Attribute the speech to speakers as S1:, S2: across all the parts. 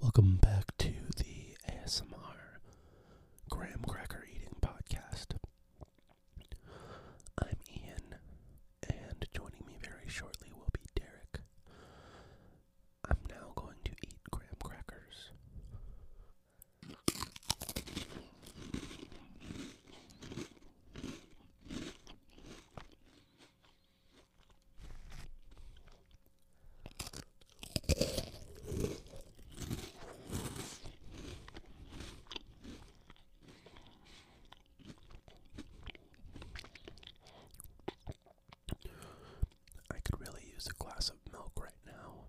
S1: Welcome back to the ASMR Graham Cracker Eating Podcast. I'm Ian, and joining me very shortly will be Derek. I'm now going to eat graham crackers. I could really use a glass of milk right now.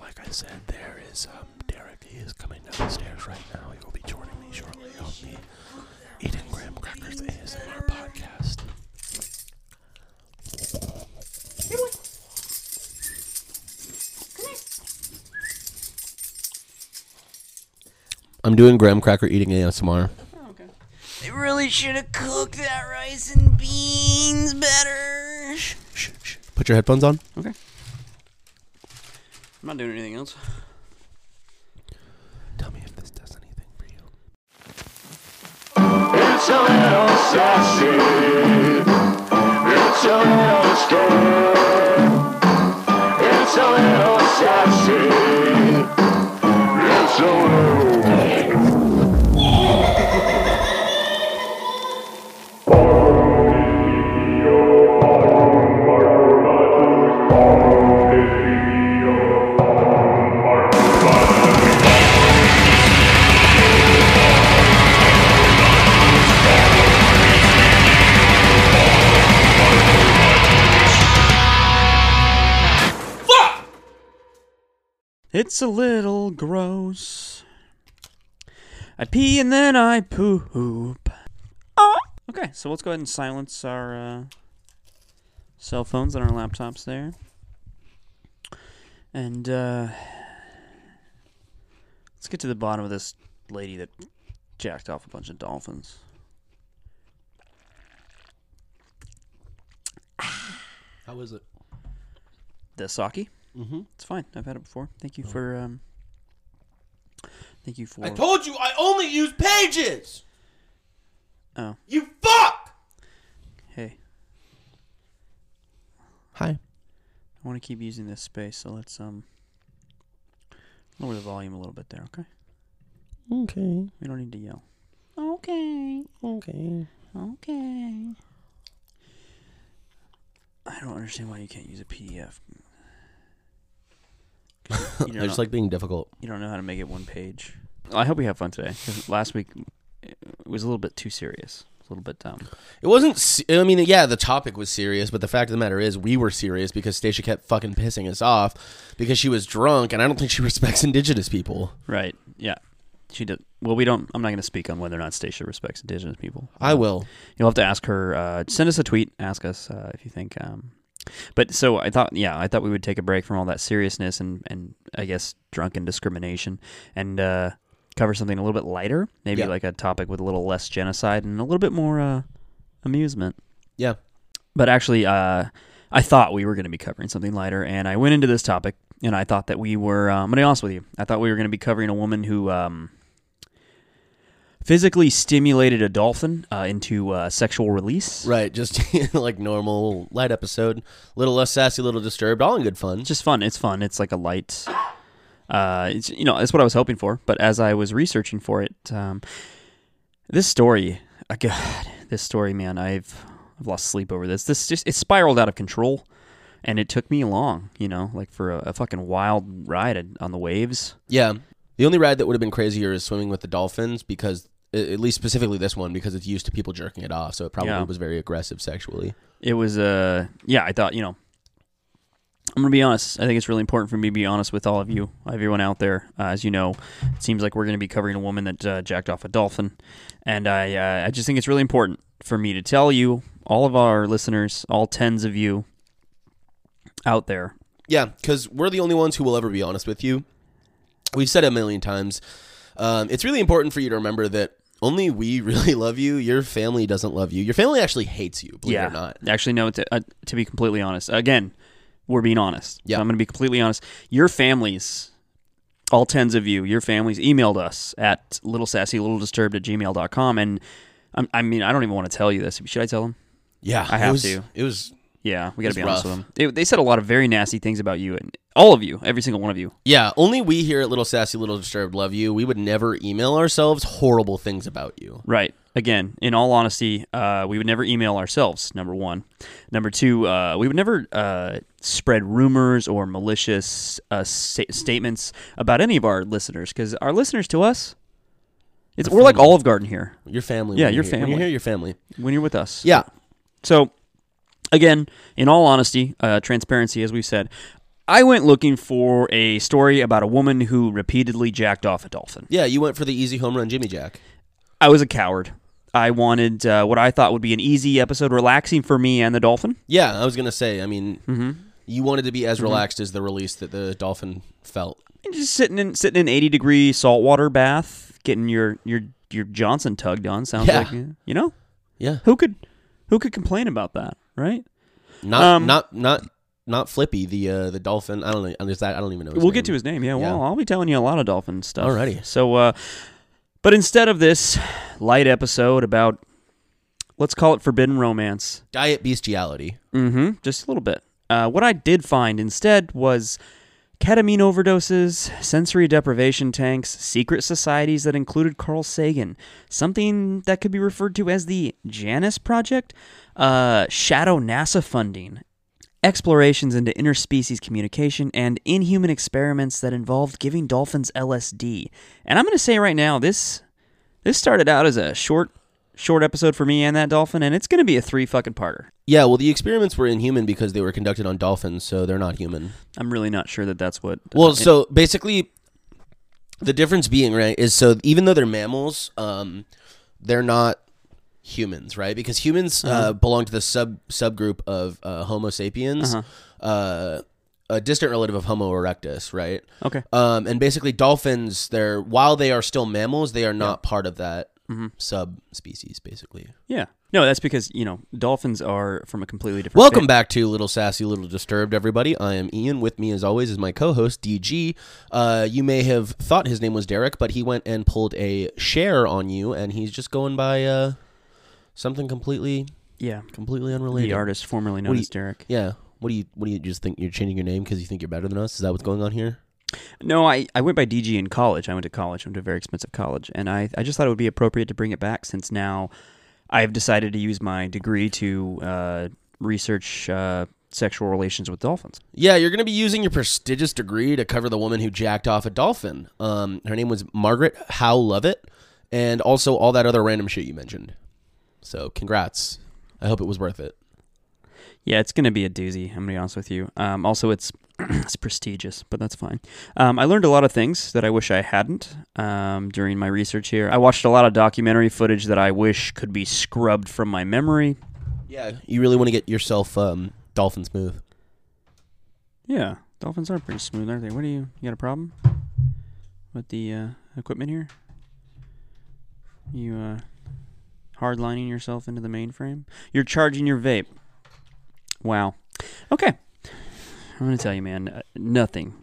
S1: Like I said, there is um, Derek. He is coming down the stairs right now. He will be joining me shortly on the Eating Graham Crackers ASMR podcast.
S2: Here, boy. Come here.
S1: I'm doing graham cracker eating ASMR.
S2: Oh, okay. They really should have cooked that rice and beans better.
S1: Shh, shh. Put your headphones on.
S2: Okay. I'm not doing anything else.
S1: Tell me if this does anything for you.
S3: It's a little sassy. It's a little scared. It's a little sassy. It's a little.
S2: It's a little gross. I pee and then I poop. Ah! Okay, so let's go ahead and silence our uh, cell phones and our laptops there. And uh, let's get to the bottom of this lady that jacked off a bunch of dolphins.
S1: How is it?
S2: The sake?
S1: Mm-hmm. Oh.
S2: It's fine. I've had it before. Thank you for. Um, thank you for.
S4: I told you I only use pages.
S2: Oh.
S4: You fuck.
S2: hey,
S1: Hi.
S2: I want to keep using this space, so let's um lower the volume a little bit there. Okay,
S1: Okay.
S2: we don't need to yell. Okay,
S1: Okay.
S2: okay. I don't understand why you can't use a PDF. You
S1: I
S2: don't,
S1: just
S2: know,
S1: like being difficult.
S2: you don't know how to make it one page. I hope we have fun today. 'cause Last week it was a little bit too serious, a little bit dumb.
S1: It wasn't. se- I mean, yeah, the topic was serious, but the fact of the matter is, we were serious because Stacia kept fucking pissing us off because she was drunk, and I don't think she respects Indigenous people.
S2: Right. Yeah. She did. Well, we don't. I'm not going to speak on whether or not Stacia respects Indigenous people.
S1: I will.
S2: You'll have to ask her. Uh, send us a tweet. Ask us uh, if you think. Um, but so I thought, yeah, I thought we would take a break from all that seriousness and and I guess drunken discrimination and uh, cover something a little bit lighter, maybe
S1: Yeah.
S2: like a topic with a little less genocide and a little bit more uh, amusement
S1: Yeah.
S2: but actually uh, i thought we were going to be covering something lighter and i went into this topic and i thought that we were um, i'm going to be honest with you i thought we were going to be covering a woman who um, physically stimulated a dolphin uh, into uh, sexual release
S1: Right. Just like normal light episode, little less sassy, little disturbed, all in good fun.
S2: it's just fun it's fun it's like a light uh, it's, you know that's what i was hoping for but as i was researching for it um, this story uh, god this story man i've i've lost sleep over this this just it spiraled out of control and it took me long you know like for a, a fucking wild ride on the waves
S1: Yeah. The only ride that would have been crazier is swimming with the dolphins because, a- at least specifically this one, because it's used to people jerking it off, so it probably
S2: Yeah.
S1: was very aggressive sexually.
S2: it was uh yeah i thought you know i'm gonna be honest i think it's really important for me to be honest with all of you everyone out there uh, as you know it seems like we're gonna be covering a woman that uh, jacked off a dolphin and i uh, i just think it's really important for me to tell you all of our listeners all tens of you out there
S1: Yeah, because we're the only ones who will ever be honest with you. We've said it a million times. Um, it's really important for you to remember that only we really love you. Your family doesn't love you. Your family actually hates you, believe it or not.
S2: Actually, no. To, uh, to be completely honest, again, we're being honest.
S1: Yeah.
S2: So I'm going to be completely honest. Your families, all tens of you, your families emailed us at little sassy little disturbed at gmail.com. And I'm, I mean, I don't even want to tell you this. Should I tell them?
S1: Yeah,
S2: I
S1: it
S2: have
S1: was,
S2: to.
S1: It was
S2: Yeah, we got
S1: It's
S2: to be honest with
S1: rough.
S2: them. They, they said a lot of very nasty things about you, and all of you, every single one of you.
S1: yeah. Only we here at Little Sassy Little Disturbed love you. We would never email ourselves horrible things about you.
S2: Right. Again, in all honesty, uh, we would never email ourselves. Number one. Number two, uh, we would never uh, spread rumors or malicious uh, sta- statements about any of our listeners because our listeners to us, it's we're like Olive Garden here
S1: Your family.
S2: Yeah,
S1: when
S2: your
S1: you're here- when
S2: family.
S1: You're here, your family.
S2: when you're with us.
S1: Yeah,
S2: So, again, in all honesty, uh, transparency, as we said, I went looking for a story about a woman who repeatedly jacked off a dolphin.
S1: yeah. You went for the easy home run, Jimmy Jack.
S2: I was a coward. I wanted uh, what I thought would be an easy episode, relaxing for me and the dolphin.
S1: Yeah, I was gonna say. I mean,
S2: Mm-hmm.
S1: you wanted to be as relaxed as the release that the dolphin felt.
S2: And just sitting in sitting in eighty degree saltwater bath, getting your your your Johnson tugged on. Sounds
S1: Yeah.
S2: like you know
S1: Yeah,
S2: who could who could complain about that, right?
S1: not
S2: Um,
S1: not not not Flippy the uh, the dolphin. I don't know. Is that I don't even know. His
S2: we'll
S1: name.
S2: get to his name. Yeah, well,
S1: Yeah.
S2: I'll be telling you a lot of dolphin stuff.
S1: Alrighty.
S2: So, uh, but instead of this light episode about, let's call it forbidden romance.
S1: diet bestiality.
S2: Mm-hmm. Just a little bit. Uh, what I did find instead was ketamine overdoses, sensory deprivation tanks, secret societies that included Carl Sagan, something that could be referred to as the Janus Project, uh, shadow NASA funding, explorations into interspecies communication, and inhuman experiments that involved giving dolphins LSD. And I'm going to say right now, this this started out as a short short episode for me and that dolphin, and it's going to be a three fucking parter.
S1: Yeah, well, the experiments were inhuman because they were conducted on dolphins, so they're not human.
S2: I'm really not sure that that's what.
S1: Well,
S2: uh,
S1: so basically, the difference being right is so even though they're mammals, um, they're not humans, right? Because humans uh
S2: Uh-huh.
S1: belong to the sub subgroup of uh, Homo sapiens, uh
S2: Uh-huh.
S1: a distant relative of Homo erectus, right?
S2: okay,
S1: Um, and basically, dolphins, they're while they are still mammals, they are not part of that
S2: Mm-hmm.
S1: subspecies, basically.
S2: yeah, no, that's because you know dolphins are from a completely different.
S1: Welcome
S2: fam-
S1: back to Little Sassy, Little Disturbed, everybody. I am Ian. With me, as always, is my co-host DG. Uh, you may have thought his name was Derek, but he went and pulled a share on you, and he's just going by uh, something completely,
S2: Yeah,
S1: completely unrelated.
S2: the artist formerly known
S1: What do
S2: as
S1: you-
S2: Derek.
S1: Yeah. What do you? What do you just think? You're changing your name because you think you're better than us? Is that what's going on here?
S2: No, I, I went by DG in college. I went to college. I went to a very expensive college, and I I just thought it would be appropriate to bring it back since now I've decided to use my degree to uh, research uh, sexual relations with dolphins.
S1: Yeah, you're going to be using your prestigious degree to cover the woman who jacked off a dolphin. Um, her name was Margaret Howe Lovett, and also all that other random shit you mentioned. So, congrats. I hope it was worth it.
S2: Yeah, it's gonna be a doozy. I'm gonna be honest with you. Um, also, it's it's prestigious, but that's fine. Um, I learned a lot of things that I wish I hadn't um, during my research here. I watched a lot of documentary footage that I wish could be scrubbed from my memory.
S1: Yeah, you really want to get yourself um, dolphin smooth.
S2: Yeah, dolphins are pretty smooth, aren't they? What do you? You got a problem with the uh, equipment here? You uh, hardlining yourself into the mainframe. You're charging your vape. Wow. Okay. I'm gonna tell you, man. Uh, nothing.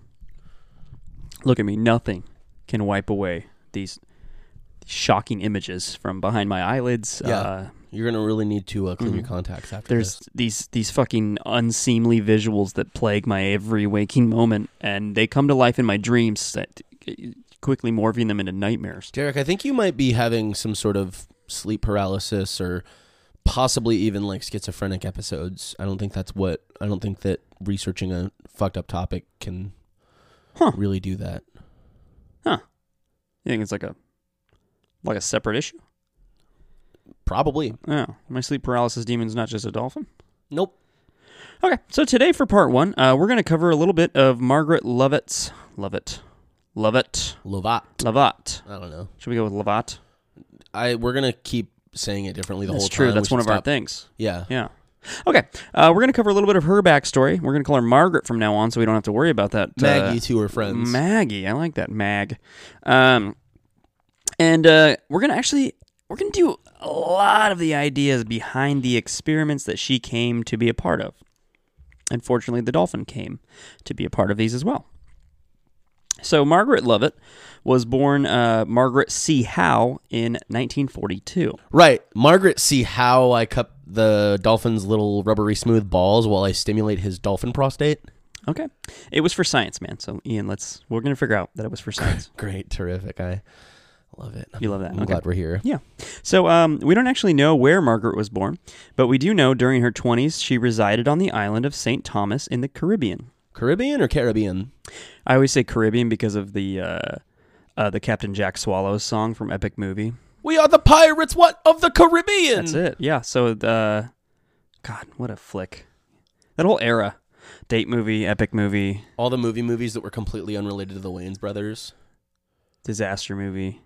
S2: Look at me. Nothing can wipe away these shocking images from behind my eyelids.
S1: Yeah.
S2: Uh,
S1: You're gonna really need to uh, clean your contacts after
S2: Mm-hmm. there's
S1: this.
S2: these these fucking unseemly visuals that plague my every waking moment, and they come to life in my dreams, that quickly morphing them into nightmares.
S1: Derek, I think you might be having some sort of sleep paralysis or possibly even like schizophrenic episodes. I don't think that's what. I don't think that researching a fucked up topic can
S2: Huh.
S1: really do that.
S2: You think it's like a like a separate issue?
S1: Probably.
S2: Oh, my sleep paralysis demon's not just a dolphin.
S1: Nope.
S2: Okay, so today for part one, uh, we're going to cover a little bit of Margaret Lovett's Lovett, Lovett,
S1: Lovat.
S2: Lovat.
S1: I don't know.
S2: Should we go with Lovat?
S1: I we're gonna keep saying it differently the
S2: That's
S1: whole
S2: true.
S1: time.
S2: That's
S1: We
S2: one
S1: should
S2: of our
S1: stop-
S2: things.
S1: Yeah.
S2: Yeah. Okay, uh, we're going to cover a little bit of her backstory. We're going to call her Margaret from now on, so we don't have to worry about that. uh,
S1: Maggie, two are friends.
S2: Maggie, I like that Mag. Um, and uh, we're gonna actually we're going to do a lot of the ideas behind the experiments that she came to be a part of. Unfortunately, the dolphin came to be a part of these as well. So, Margaret Lovett was born uh, Margaret C. Howe in 1942.
S1: Right. Margaret, see how I cup the dolphin's little rubbery smooth balls while I stimulate his dolphin prostate?
S2: Okay. It was for science, man. So, Ian, let's, we're going to figure out that it was for science.
S1: Great. Terrific. I love it.
S2: You love that.
S1: I'm
S2: okay.
S1: glad we're here.
S2: Yeah. So um, we don't actually know where Margaret was born, but we do know during her 20s she resided on the island of St. Thomas in the Caribbean.
S1: Caribbean or Caribbean?
S2: I always say Caribbean because of the uh, uh, the Captain Jack Swallows song from Epic Movie.
S1: We are the pirates, what? Of the Caribbean.
S2: That's it. Yeah. So the God, what a flick! That whole era, date movie, epic movie,
S1: All the movie movies that were completely unrelated to the Wayans brothers.
S2: disaster movie,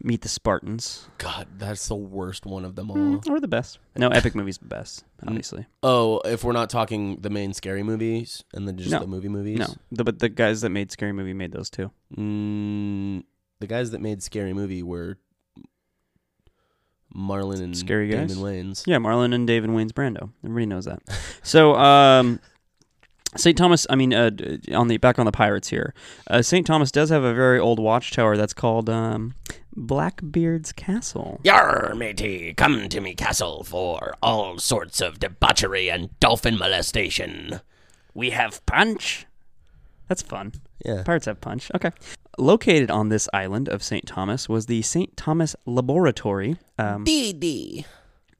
S2: Meet the Spartans,
S1: God, that's the worst one of them all.
S2: or the best. No, epic movie's the best, obviously.
S1: Oh, if we're not talking the main scary movies and then just
S2: No.
S1: the movie movies?
S2: No, the, but the guys that made Scary Movie made those too.
S1: Mm, the guys that made Scary Movie were Marlon and
S2: Scary
S1: Damon
S2: guys?
S1: Wayans.
S2: Yeah, Marlon and David Wayne's Brando. Everybody knows that. So, um, St. Thomas, I mean, uh, d- on the back on the Pirates here, uh, St. Thomas does have a very old watchtower that's called um, Blackbeard's Castle.
S5: Yar, matey, come to me castle for all sorts of debauchery and dolphin molestation.
S2: We have punch. That's fun.
S1: Yeah.
S2: Pirates have punch. Okay. Located on this island of St. Thomas was the St. Thomas Laboratory. Um,
S5: Dee Dee,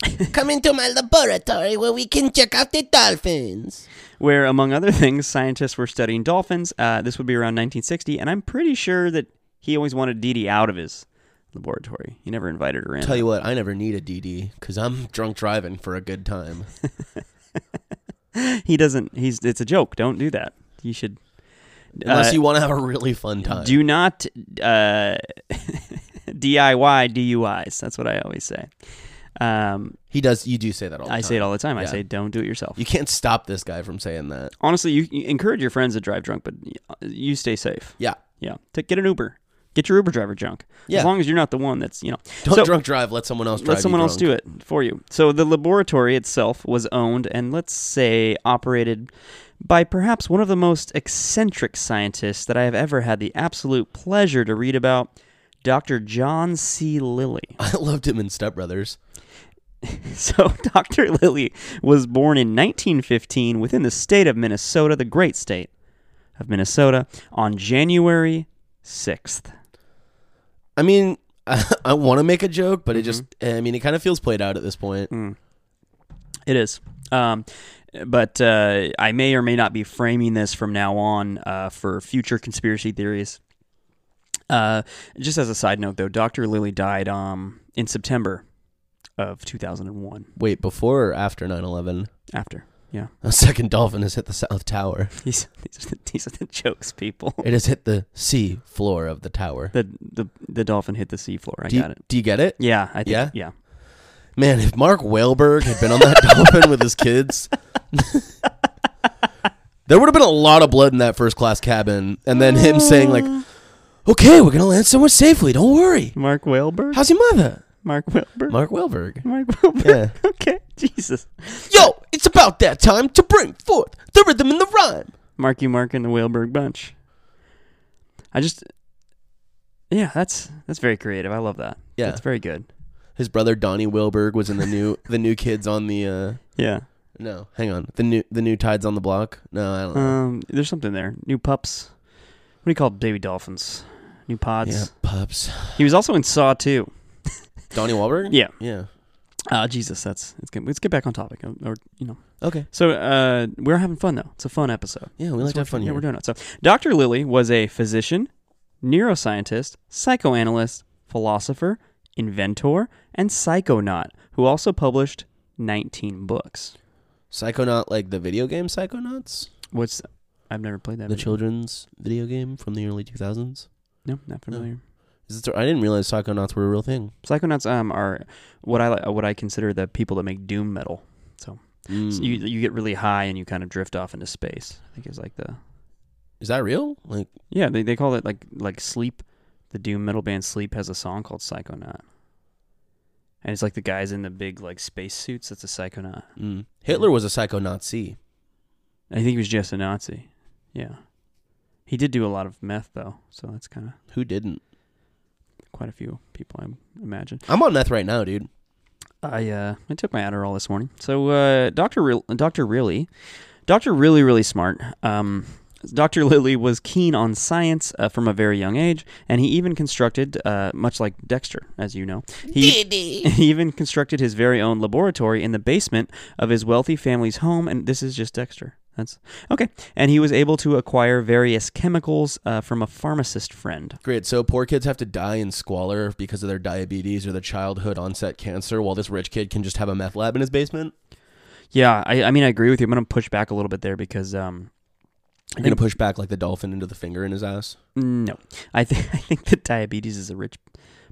S5: come into my laboratory where we can check out the dolphins.
S2: where, among other things, scientists were studying dolphins. Uh, this would be around 1960, and I'm pretty sure that he always wanted Dee Dee out of his laboratory. He never invited her in.
S1: Tell you what, I never need a DD because I'm drunk driving for a good time.
S2: he doesn't. He's. It's a joke. Don't do that. You should.
S1: Unless
S2: uh,
S1: you want to have a really fun time.
S2: do not uh, DIY DUIs. That's what I always say. Um,
S1: he does. You do say that all the
S2: I
S1: time.
S2: say it all the time. I
S1: Yeah.
S2: say, don't do it yourself.
S1: You can't stop this guy from saying that.
S2: Honestly, you, you encourage your friends to drive drunk, but y- you stay safe.
S1: Yeah.
S2: Yeah. Ta- get an Uber. Get your Uber driver drunk.
S1: Yeah.
S2: As long as you're not the one that's you know.
S1: Don't
S2: So-
S1: drunk drive. Let someone else drive.
S2: Let someone else do it for you. So the laboratory itself was owned and let's say operated by perhaps one of the most eccentric scientists that I have ever had the absolute pleasure to read about, Dr. John C. Lilly.
S1: I loved him in Step Brothers.
S2: So Dr. Lilly was born in 1915 within the state of Minnesota, the great state of Minnesota, on January 6th.
S1: I mean, I, want to make a joke, but it
S2: Mm-hmm.
S1: just. I mean, it kind of feels played out at this point.
S2: It is. Um, but uh, I may or may not be framing this from now on uh, for future conspiracy theories. Uh, just as a side note, though, Dr. Lilly died um, in September of 2001.
S1: Wait, before or after 9/11?
S2: After. Yeah.
S1: A second dolphin has hit the South Tower.
S2: These, these, are, the, these are the jokes, people.
S1: It has hit the sea floor of the tower.
S2: The, the, the dolphin hit the seafloor. I
S1: do, you,
S2: got it.
S1: do you get it?
S2: Yeah, I think.
S1: Yeah?
S2: yeah.
S1: Man, if Mark Wahlberg had been on that dolphin with his kids, there would have been a lot of blood in that first class cabin. And then him saying, like, okay, we're going to land somewhere safely. Don't worry.
S2: Mark Wahlberg?
S1: How's your mother?
S2: Mark Wahlberg?
S1: Mark Wahlberg.
S2: Mark Wahlberg. Okay. Jesus.
S1: Yo, it's about that time to bring forth the rhythm and the rhyme.
S2: Marky Mark and the Whaleberg Bunch. I just, yeah, that's that's very creative. I love that.
S1: Yeah.
S2: that's very good.
S1: His brother Donnie Wahlberg was in the new the new kids on the uh
S2: Yeah,
S1: no, hang on. The new the new tides on the block. No, I don't know.
S2: um, there's something there. New pups. What do you call baby dolphins? New
S1: yeah,
S2: pods.
S1: pups.
S2: He was also in Saw too.
S1: Donnie Wahlberg?
S2: Yeah.
S1: Yeah.
S2: Uh, Jesus, that's it's good. Let's get back on topic, or, or, you know.
S1: Okay.
S2: So uh, we're having fun though. It's a fun episode.
S1: Yeah, we like to have fun
S2: Yeah,
S1: here.
S2: we're doing it. So Dr. Lilly was a physician, neuroscientist, psychoanalyst, philosopher, inventor, and psychonaut who also published 19 books.
S1: Psychonaut like the video game Psychonauts?
S2: What's I've never played that.
S1: the
S2: video.
S1: children's video game from the early 2000s.
S2: No, not familiar.
S1: Is this, I didn't realize psychonauts were a real thing.
S2: Psychonauts um, are what I li- what I consider the people that make doom metal. So,
S1: Hmm. Mm.
S2: so you you get really high and you kind of drift off into space. I think it's like the
S1: Is that real? Like,
S2: Yeah, they, they call it like like sleep. The doom metal band Sleep has a song called Psychonaut. and it's like the guys in the big like space suits. That's a psychonaut.
S1: mm. Hitler was a psycho Nazi.
S2: I think he was just a Nazi. Yeah, he did do a lot of meth though, so that's kind of
S1: Who didn't?
S2: quite a few people. I imagine.
S1: I'm on meth right now, dude.
S2: I uh, I took my Adderall this morning. So uh, Doctor Real Doctor Really, Doctor Really really smart. Um, Doctor Lilly was keen on science uh, from a very young age, and he even constructed, uh, much like Dexter, as you know, he, he even constructed his very own laboratory in the basement of his wealthy family's home. And this is just Dexter. That's okay. And he was able to acquire various chemicals uh, from a pharmacist friend.
S1: Great. So poor kids have to die in squalor because of their diabetes or their childhood onset cancer, while this rich kid can just have a meth lab in his basement.
S2: Yeah, I, I mean, I agree with you. I'm going to push back a little bit there because um,
S1: You're gonna push back like the dolphin into the finger in his ass.
S2: Mm, No, I think I think that diabetes is a rich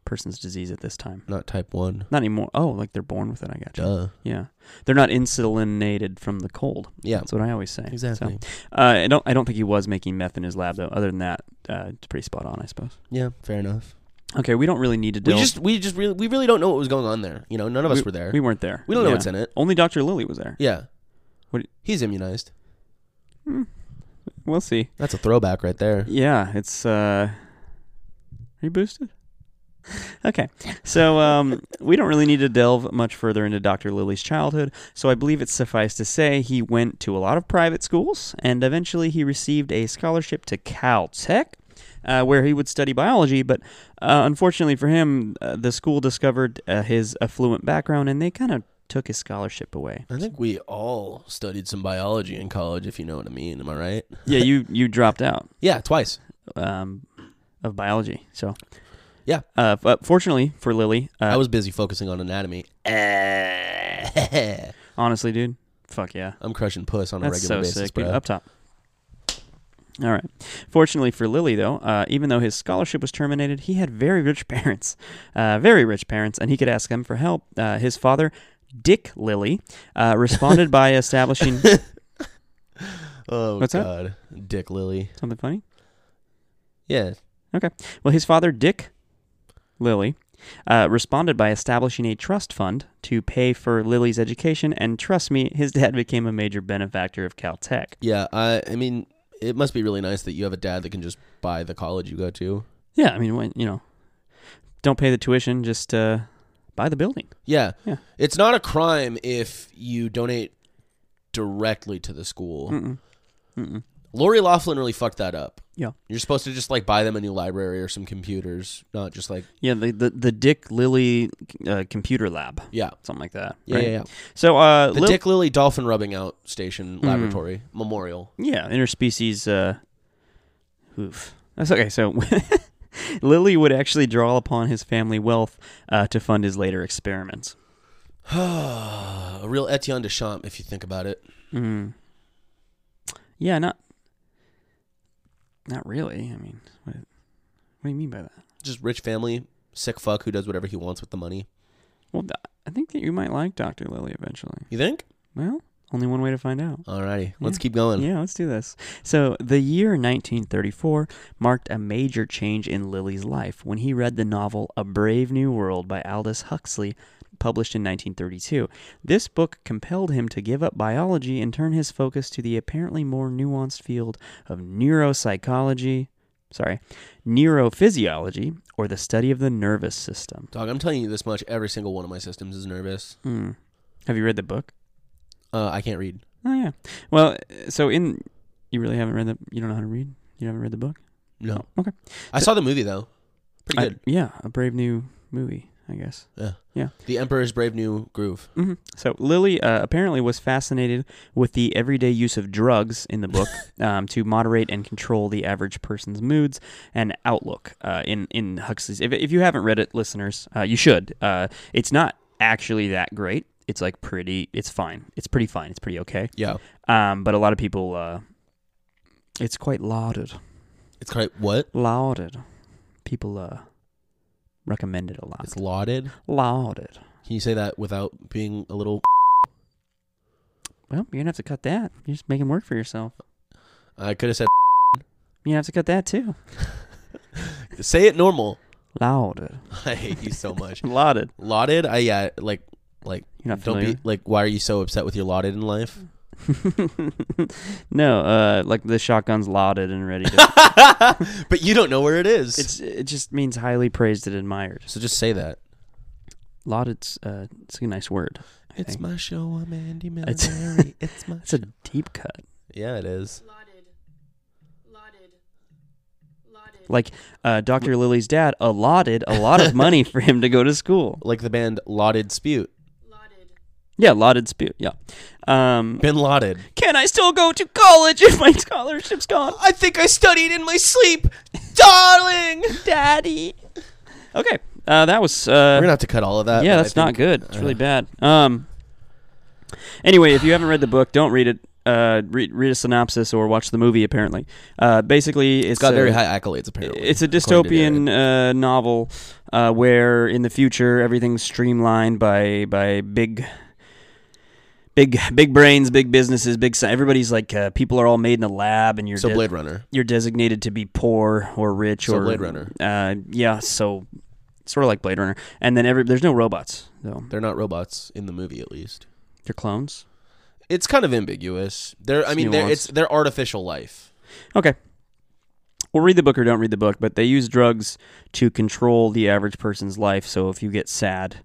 S2: person's disease at this time.
S1: Not type one.
S2: Not anymore. Oh, like they're born with it. I got you.
S1: Duh.
S2: Yeah, they're not insulinated from the cold.
S1: Yeah.
S2: that's what I always say. So,
S1: Exactly.
S2: uh, I don't. I don't think he was making meth in his lab though. Other than that, uh, it's pretty spot on, I suppose.
S1: Yeah. Fair enough.
S2: Okay, we don't really need to.
S1: We
S2: delve-
S1: just we just really we really don't know what was going on there. You know, none of us were there.
S2: We weren't there.
S1: We don't know
S2: Yeah.
S1: what's in it.
S2: Only Doctor Lilly was there.
S1: yeah.
S2: What-
S1: He's immunized.
S2: We'll see.
S1: That's a throwback right there.
S2: Yeah, it's uh are you boosted? Okay. So um we don't really need to delve much further into Dr. Lilly's childhood, so I believe it's suffice to say he went to a lot of private schools and eventually he received a scholarship to Caltech. Uh, where he would study biology, but uh, unfortunately for him, uh, the school discovered uh, his affluent background and they kind of took his scholarship away.
S1: I think we all studied some biology in college, if you know what I mean. Am I right?
S2: Yeah, you you dropped out.
S1: Yeah, twice.
S2: um, of biology. So,
S1: Yeah.
S2: Uh, but fortunately for Lily, uh,
S1: I was busy focusing on anatomy.
S5: Uh,
S1: I'm
S2: honestly, dude, fuck yeah,
S1: crushing puss on a
S2: that's so
S1: regular basis,
S2: sick,
S1: bro.
S2: dude. Up top. All right. Fortunately for Lily, though, uh, even though his scholarship was terminated, he had very rich parents, uh, very rich parents, and he could ask them for help. Uh, his father, Dick Lilly, uh, responded by establishing
S1: oh
S2: What's that?
S1: God, Dick Lilly.
S2: something funny.
S1: Yeah,
S2: Okay. Well, his father, Dick Lilly, uh, responded by establishing a trust fund to pay for Lily's education. And trust me, his dad became a major benefactor of Caltech.
S1: yeah. I, I mean, it must be really nice that you have a dad that can just buy the college you go to.
S2: Yeah, I mean, when, you know, don't pay the tuition, just uh, buy the building.
S1: Yeah.
S2: Yeah.
S1: It's not a crime if you donate directly to the school.
S2: Mm-mm. Mm-mm.
S1: Lori Laughlin really fucked that up.
S2: Yeah.
S1: You're supposed to just like buy them a new library or some computers, not just like
S2: Yeah, the, the, the Dick Lilly uh, computer lab,
S1: yeah.
S2: something like that.
S1: Yeah,
S2: right?
S1: yeah, yeah.
S2: So, uh,
S1: The
S2: Lil- Mm.
S1: Dick Lilly Dolphin Rubbing Out Station Laboratory Memorial.
S2: Yeah, interspecies. Uh, oof. That's okay. So Lilly would actually draw upon his family wealth uh, to fund his later experiments.
S1: a real Etienne Deschamps, if you think about it.
S2: Yeah, not. Not really. I mean, what, what do you mean by that?
S1: Just rich family, sick fuck who does whatever he wants with the money.
S2: Well, th- I think that you might like Dr. Lilly eventually.
S1: You think?
S2: Well, only one way to find out.
S1: Alrighty, let's keep going.
S2: Yeah, let's do this. So, the year 1934 marked a major change in Lilly's life when he read the novel A Brave New World by Aldous Huxley, published in 1932. This book compelled him to give up biology and turn his focus to the apparently more nuanced field of neuropsychology, sorry, neurophysiology, or the study of the nervous system.
S1: Dog, I'm telling you this much. Every single one of my systems is nervous.
S2: Hmm. Have you read the book?
S1: Uh, I can't read.
S2: Oh, yeah. Well, so in. You really haven't read the. You don't know how to read? You haven't read the book?
S1: No.
S2: Okay.
S1: I saw the movie though. Pretty
S2: I-
S1: good.
S2: yeah, a brave new movie, I guess.
S1: yeah.
S2: yeah.
S1: The Emperor's Brave New Groove.
S2: hmm So Lily uh, apparently was fascinated with the everyday use of drugs in the book um, to moderate and control the average person's moods and outlook. Uh, in in Huxley's, if, if you haven't read it, listeners, uh, you should. Uh, it's not actually that great. It's like pretty. It's fine. It's pretty fine. It's pretty okay.
S1: Yeah.
S2: Um, but a lot of people, uh, it's quite lauded.
S1: It's quite what?
S2: Lauded. People uh, recommend it a lot.
S1: It's lauded.
S2: lauded.
S1: Can you say that without being a little?
S2: Well, you're gonna have to cut that. You're just making work for yourself.
S1: I could have said.
S2: You're gonna have to cut that too.
S1: Say it normal.
S2: Lauded.
S1: I hate you so much.
S2: Lauded.
S1: Lauded? I yeah, like like
S2: You're not
S1: don't
S2: familiar?
S1: be like why are you so upset with your lauded in life?
S2: no, uh, like the shotgun's lauded and ready to.
S1: But you don't know where it is.
S2: it's, it just means highly praised and admired.
S1: so just say that.
S2: Lauded's uh, it's a nice word. I
S1: It's
S2: think.
S1: my show, I'm Andy
S2: It's-
S1: Military. it's my
S2: That's a deep cut.
S1: Yeah, it is.
S6: Lauded. Lauded. Lauded.
S2: Like uh, Dr. Lily's dad allotted a lot of money for him to go to school.
S1: Like the band Lauded Spute.
S6: Lauded.
S2: Yeah, lauded spirit. Yeah. Um,
S1: Been lauded.
S2: can I still go to college if my scholarship's gone?
S1: I think I studied in my sleep. Darling.
S2: Daddy. Okay, uh, that was. Uh,
S1: We're gonna have to cut all of that.
S2: yeah,
S1: but uh, I
S2: that's not
S1: think-
S2: good. It's really bad. Um. Anyway, if you haven't read the book, don't read it. Uh, read, read a synopsis or watch the movie. Apparently, uh, basically, it's,
S1: It's got
S2: a-
S1: very high accolades apparently.
S2: It's a
S1: according to
S2: dystopian
S1: Jared.
S2: uh, novel uh, where, in the future, everything's streamlined by by big. Big, big brains, big businesses, big. sci- Everybody's like uh, people are all made in a lab, and you're
S1: So
S2: de-
S1: Blade Runner.
S2: you're designated to be poor or rich
S1: So
S2: or
S1: Blade Runner.
S2: Uh, yeah, so sort of like Blade Runner. And then every there's no robots though.
S1: They're not robots in the movie at least.
S2: They're clones.
S1: It's kind of ambiguous. They're I
S2: It's
S1: mean they're it's
S2: nuanced.
S1: they're artificial life.
S2: Okay. Well, read the book or don't read the book, but they use drugs to control the average person's life. So if you get sad,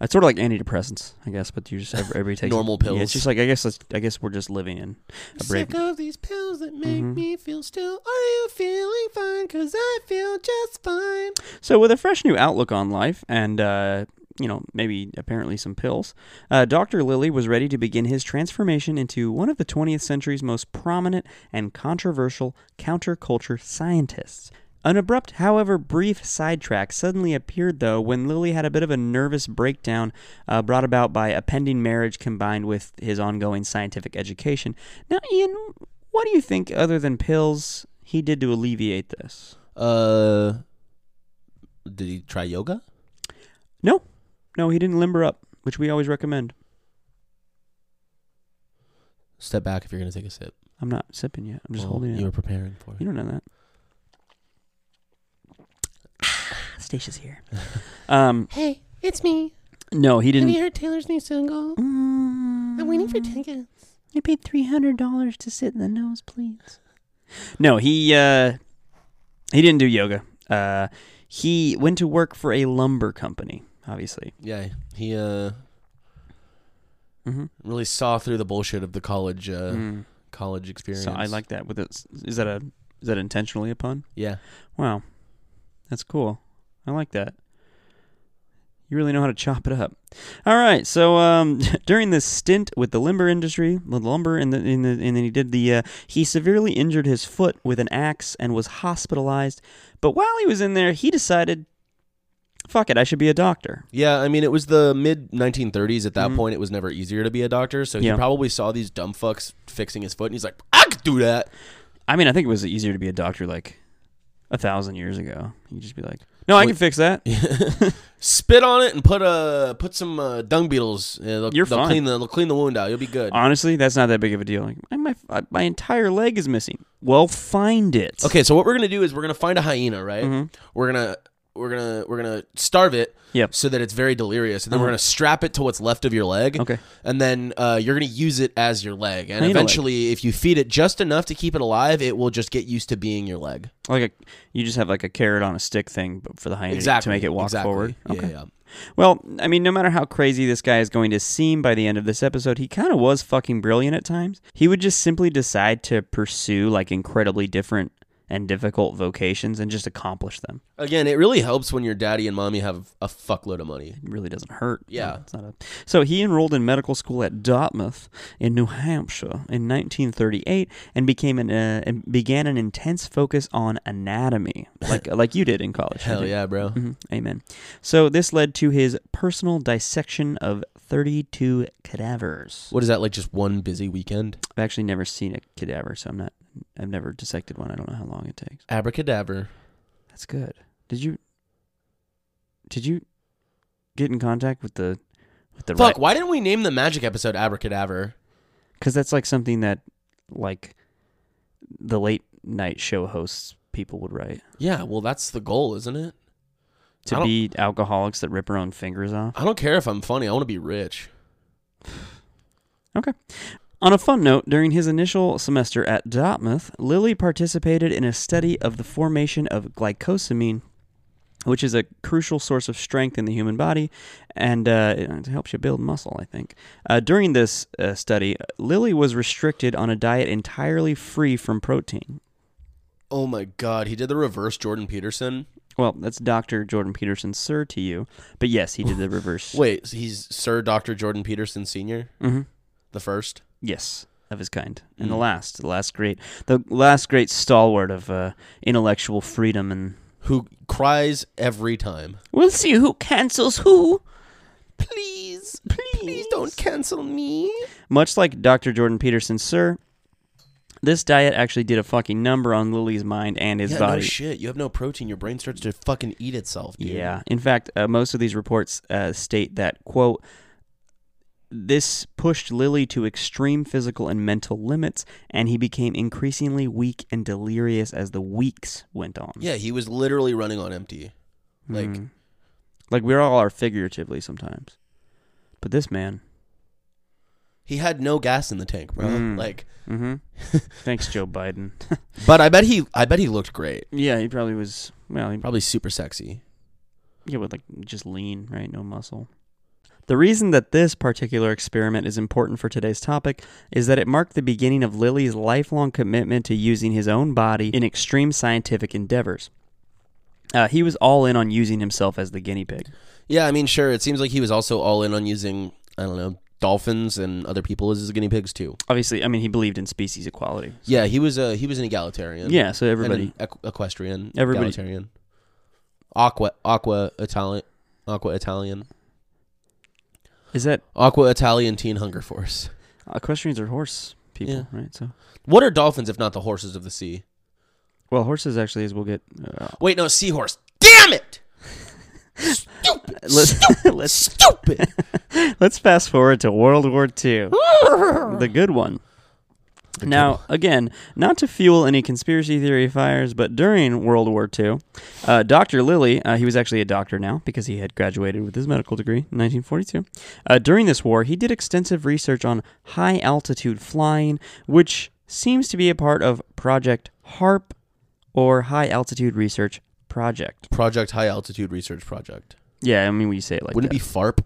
S2: it's sort of like antidepressants, I guess. But you just every- everybody takes
S1: Normal
S2: Yeah, it's
S1: pills.
S2: just like I guess it's- I guess we're just living in a brave. Mm-hmm.
S1: Sick of these pills that make me feel still. Are you feeling fine? Cause I feel just fine.
S2: So, with a fresh new outlook on life and, uh, you know, maybe apparently some pills, uh, Dr. Lilly was ready to begin his transformation into one of the 20th century's most prominent and controversial counterculture scientists. An abrupt, however brief, sidetrack suddenly appeared, though, when Lilly had a bit of a nervous breakdown uh, brought about by a pending marriage combined with his ongoing scientific education. Now, Ian, what do you think, other than pills, he did to alleviate this?
S1: Uh, did he try yoga?
S2: No, no, he didn't limber up, which we always recommend.
S1: Step back if you're gonna take a sip.
S2: I'm not sipping yet. I'm just
S1: Well,
S2: holding it.
S1: You were preparing for
S2: You
S1: it.
S2: don't know that. Stacia's here. um,
S7: Hey, it's me.
S2: no, he
S7: Have you
S2: didn't. Mm.
S7: heard Taylor's new single? I'm waiting for tickets.
S2: I paid three hundred dollars to sit in the nose, please. No, he uh, he didn't do yoga. Uh, he went to work for a lumber company. Obviously,
S1: Yeah, he uh
S2: Mhm.
S1: really saw through the bullshit of the college uh,
S2: Mm.
S1: college experience.
S2: so I like that. With a, is that a is that intentionally a pun?
S1: Yeah,
S2: Wow. That's cool. I like that. You really know how to chop it up. All right. So um, during this stint with the lumber industry, the lumber, and, the, and, the, and then he did the, uh, he severely injured his foot with an axe and was hospitalized. But while he was in there, he decided, fuck it, I should be a doctor.
S1: yeah. I mean, it was the mid 1930s. At that
S2: Mhm.
S1: point, it was never easier to be a doctor. So
S2: Yeah.
S1: he probably saw these dumb fucks fixing his foot, and he's like, "I could do that."
S2: I mean, I think it was easier to be a doctor like a thousand years ago. You just be like, no, I can
S1: Wait.
S2: fix that.
S1: Spit on it and put a put some uh, dung beetles. and they'll,
S2: You're
S1: they'll
S2: fine.
S1: clean the they'll clean the wound out. You'll be good.
S2: Honestly, that's not that big of a deal. Like, my, my, my entire leg is missing. Well, find it.
S1: Okay, so what we're gonna do is we're gonna find a hyena, right?
S2: Mhm.
S1: We're gonna we're gonna we're gonna starve it
S2: Yep.
S1: so that it's very delirious, and then
S2: Uh-huh.
S1: we're gonna strap it to what's left of your leg.
S2: Okay.
S1: and then uh, you're gonna use it as your leg, and
S2: Hyena leg.
S1: eventually, if you feed it just enough to keep it alive, it will just get used to being your leg.
S2: Like a, you just have like a carrot on a stick thing but for the hyena
S1: Exactly
S2: to make it walk
S1: exactly.
S2: forward.
S1: Yeah, yeah.
S2: Well, I mean, no matter how crazy this guy is going to seem by the end of this episode, he kind of was fucking brilliant at times. He would just simply decide to pursue like incredibly different and difficult vocations and just accomplish them.
S1: Again, it really helps when your daddy and mommy have a fuckload of money.
S2: It really doesn't hurt.
S1: Yeah.
S2: It's not a... So he enrolled in medical school at Dartmouth in New Hampshire in 1938 and became an uh, and began an intense focus on anatomy, like like you did in college. I
S1: Hell
S2: think.
S1: yeah, bro.
S2: Mhm. Amen. So this led to his personal dissection of 32 cadavers.
S1: What is that like? Just one busy weekend?
S2: I've actually never seen a cadaver, so I'm not. I've never dissected one. I don't know how long it takes.
S1: Abracadabra.
S2: That's good. Did you? Did you get in contact with the with the
S1: Fuck. Why didn't we name the magic episode Abracadabra?
S2: Because that's like something that like the late night show hosts people would write.
S1: Yeah, well, that's the goal, isn't it? I
S2: to
S1: don't-
S2: be alcoholics that rip their own fingers off.
S1: I don't care if I'm funny. I want to be rich.
S2: Okay. On a fun note, during his initial semester at Dartmouth, Lilly participated in a study of the formation of glycosamine, which is a crucial source of strength in the human body, and uh, it helps you build muscle, I think. Uh, during this uh, study, Lilly was restricted on a diet entirely free from protein.
S1: Oh my god, he did the reverse Jordan Peterson.
S2: Well, that's Dr. Jordan Peterson, sir, to you. But yes, he did the reverse.
S1: Wait, so he's Sir Dr. Jordan Peterson senior,
S2: Mhm.
S1: the first.
S2: Yes, of his kind, and the last, the last great, the last great stalwart of uh, intellectual freedom, and
S1: who cries every time.
S2: we'll see who cancels who.
S1: Please, please, don't cancel me.
S2: Much like Dr. Jordan Peterson, sir, this diet actually did a fucking number on Lily's mind and his
S1: Yeah, no
S2: body.
S1: shit. You have no protein. Your brain starts to fucking eat itself, dude.
S2: Yeah. In fact, uh, most of these reports uh, state that, quote, this pushed Lilly to extreme physical and mental limits, and he became increasingly weak and delirious as the weeks went on.
S1: Yeah, he was literally running on empty. Like,
S2: Mm. Like, we all are figuratively sometimes. But this man.
S1: he had no gas in the tank, bro.
S2: Mm.
S1: Like,
S2: Mm-hmm. Thanks, Joe Biden.
S1: but I bet he, I bet he looked great.
S2: yeah, he probably was, well, he
S1: Probably super sexy.
S2: Yeah, with like just lean, right? No muscle. The reason that this particular experiment is important for today's topic is that it marked the beginning of Lilly's lifelong commitment to using his own body in extreme scientific endeavors. Uh, he was all in on using himself as the guinea pig.
S1: Yeah, I mean, sure. It seems like he was also all in on using, I don't know, dolphins and other people as his guinea pigs too.
S2: Obviously, I mean, he believed in species equality.
S1: Yeah, he was a he was an egalitarian.
S2: Yeah, so
S1: And
S2: everybody.
S1: an equ- equestrian,
S2: Everybody-
S1: egalitarian, aqua, aqua Italian, aqua Italian,
S2: Is that
S1: aqua Italian teen hunger force.
S2: equestrians are horse people, right? So,
S1: What are dolphins if not the horses of the sea?
S2: well, horses actually, as we'll get. Uh,
S1: Wait, no, seahorse. Damn it! Stupid,
S2: let's, let's
S1: stupid.
S2: Let's fast forward to World War II. the good one. now, again, not to fuel any conspiracy theory fires, but during World War II, uh, Dr. Lilly, uh, he was actually a doctor now because he had graduated with his medical degree in 1942. Uh, during this war, he did extensive research on high altitude flying, which seems to be a part of Project HARP or High Altitude Research Project.
S1: Project High Altitude Research Project.
S2: Yeah, I mean, when you say it like
S1: Wouldn't
S2: that.
S1: it be FARP?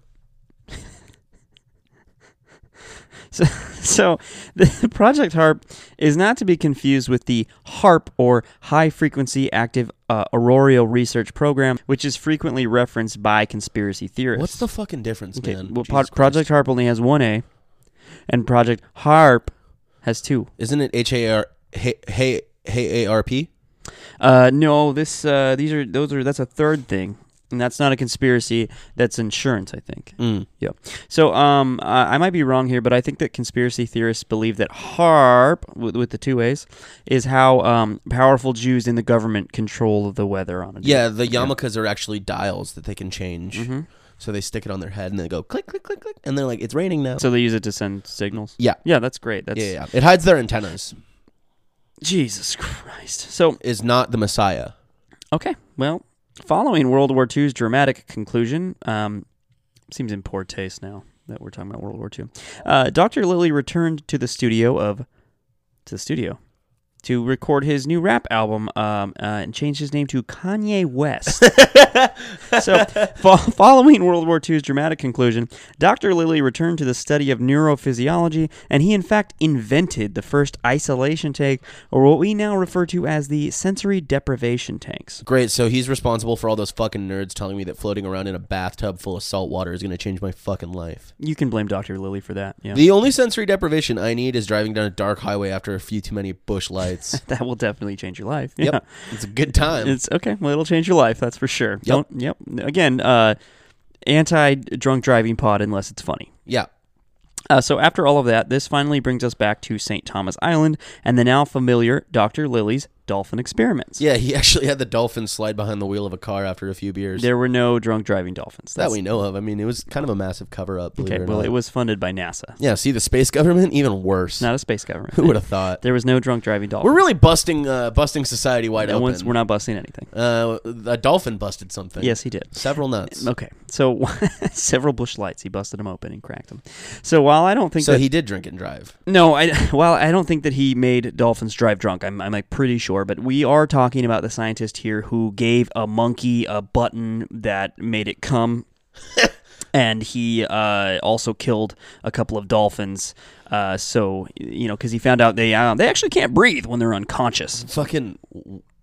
S2: So, so the Project HARP is not to be confused with the HARP or High Frequency Active uh, Auroral Research Program, which is frequently referenced by conspiracy theorists.
S1: What's the fucking difference,
S2: okay,
S1: man?
S2: well,
S1: Jesus
S2: Pro-
S1: Christ.
S2: Project HARP only has one A, and Project HARP has two.
S1: Isn't it H A R Hey Hey Hey A R P?
S2: Uh, no, this uh, these are those are that's a third thing, and that's not a conspiracy. That's insurance, I think.
S1: Mm.
S2: Yeah. So um, I I might be wrong here, but I think that conspiracy theorists believe that HARP, with, with the two A's, is how um, powerful Jews in the government control the weather on a day.
S1: Yeah, the yarmulkes are actually dials that they can change.
S2: Mm-hmm.
S1: So they stick it on their head and they go click click click click, and they're like, "It's raining now."
S2: So they use it to send signals.
S1: Yeah.
S2: Yeah, that's great. That's
S1: yeah, yeah, it hides their antennas.
S2: Jesus Christ. So
S1: Is not the Messiah.
S2: okay, well, following World War II's dramatic conclusion, um, seems in poor taste now that we're talking about World War II. Uh, Dr. Lilly returned to the studio of to the studio to record his new rap album um, uh, and change his name to Kanye West. so, fo- following World War II's dramatic conclusion, Dr. Lilly returned to the study of neurophysiology, and he, in fact, invented the first isolation tank, or what we now refer to as the sensory deprivation tanks.
S1: Great. So he's responsible for all those fucking nerds telling me that floating around in a bathtub full of salt water is going to change my fucking life.
S2: You can blame Dr. Lilly for that. Yeah.
S1: The only sensory deprivation I need is driving down a dark highway after a few too many bush lights.
S2: that will definitely change your life. Yeah.
S1: yep. It's a good time.
S2: It's okay. Well, it'll change your life. That's for sure. Don't. Yep. Again, uh, anti drunk driving pod unless it's funny.
S1: yeah.
S2: Uh, so after all of that, this finally brings us back to St. Thomas Island and the now familiar Dr. Lilly's dolphin experiments.
S1: Yeah, he actually had the dolphin slide behind the wheel of a car after a few beers.
S2: There were no drunk driving dolphins.
S1: that we know of. I mean, it was kind of a massive cover up.
S2: okay, well, it was funded by NASA,
S1: Yeah, see, the space government even worse.
S2: not a space government.
S1: Who would have thought?
S2: There was no drunk driving dolphins.
S1: We're really busting uh, busting society wide
S2: no
S1: open.
S2: one's, We're not busting anything.
S1: uh, a dolphin busted something.
S2: Yes, he did.
S1: several nuts.
S2: Okay, so several bush lights. He busted them open and cracked them. So while I don't think
S1: So
S2: that
S1: he did drink and drive.
S2: No, I well, I don't think that he made dolphins drive drunk. I'm, I'm like pretty sure, but we are talking about the scientist here who gave a monkey a button that made it come, and he uh, also killed a couple of dolphins. Uh, so you know, because he found out they uh, they actually can't breathe when they're unconscious.
S1: Fucking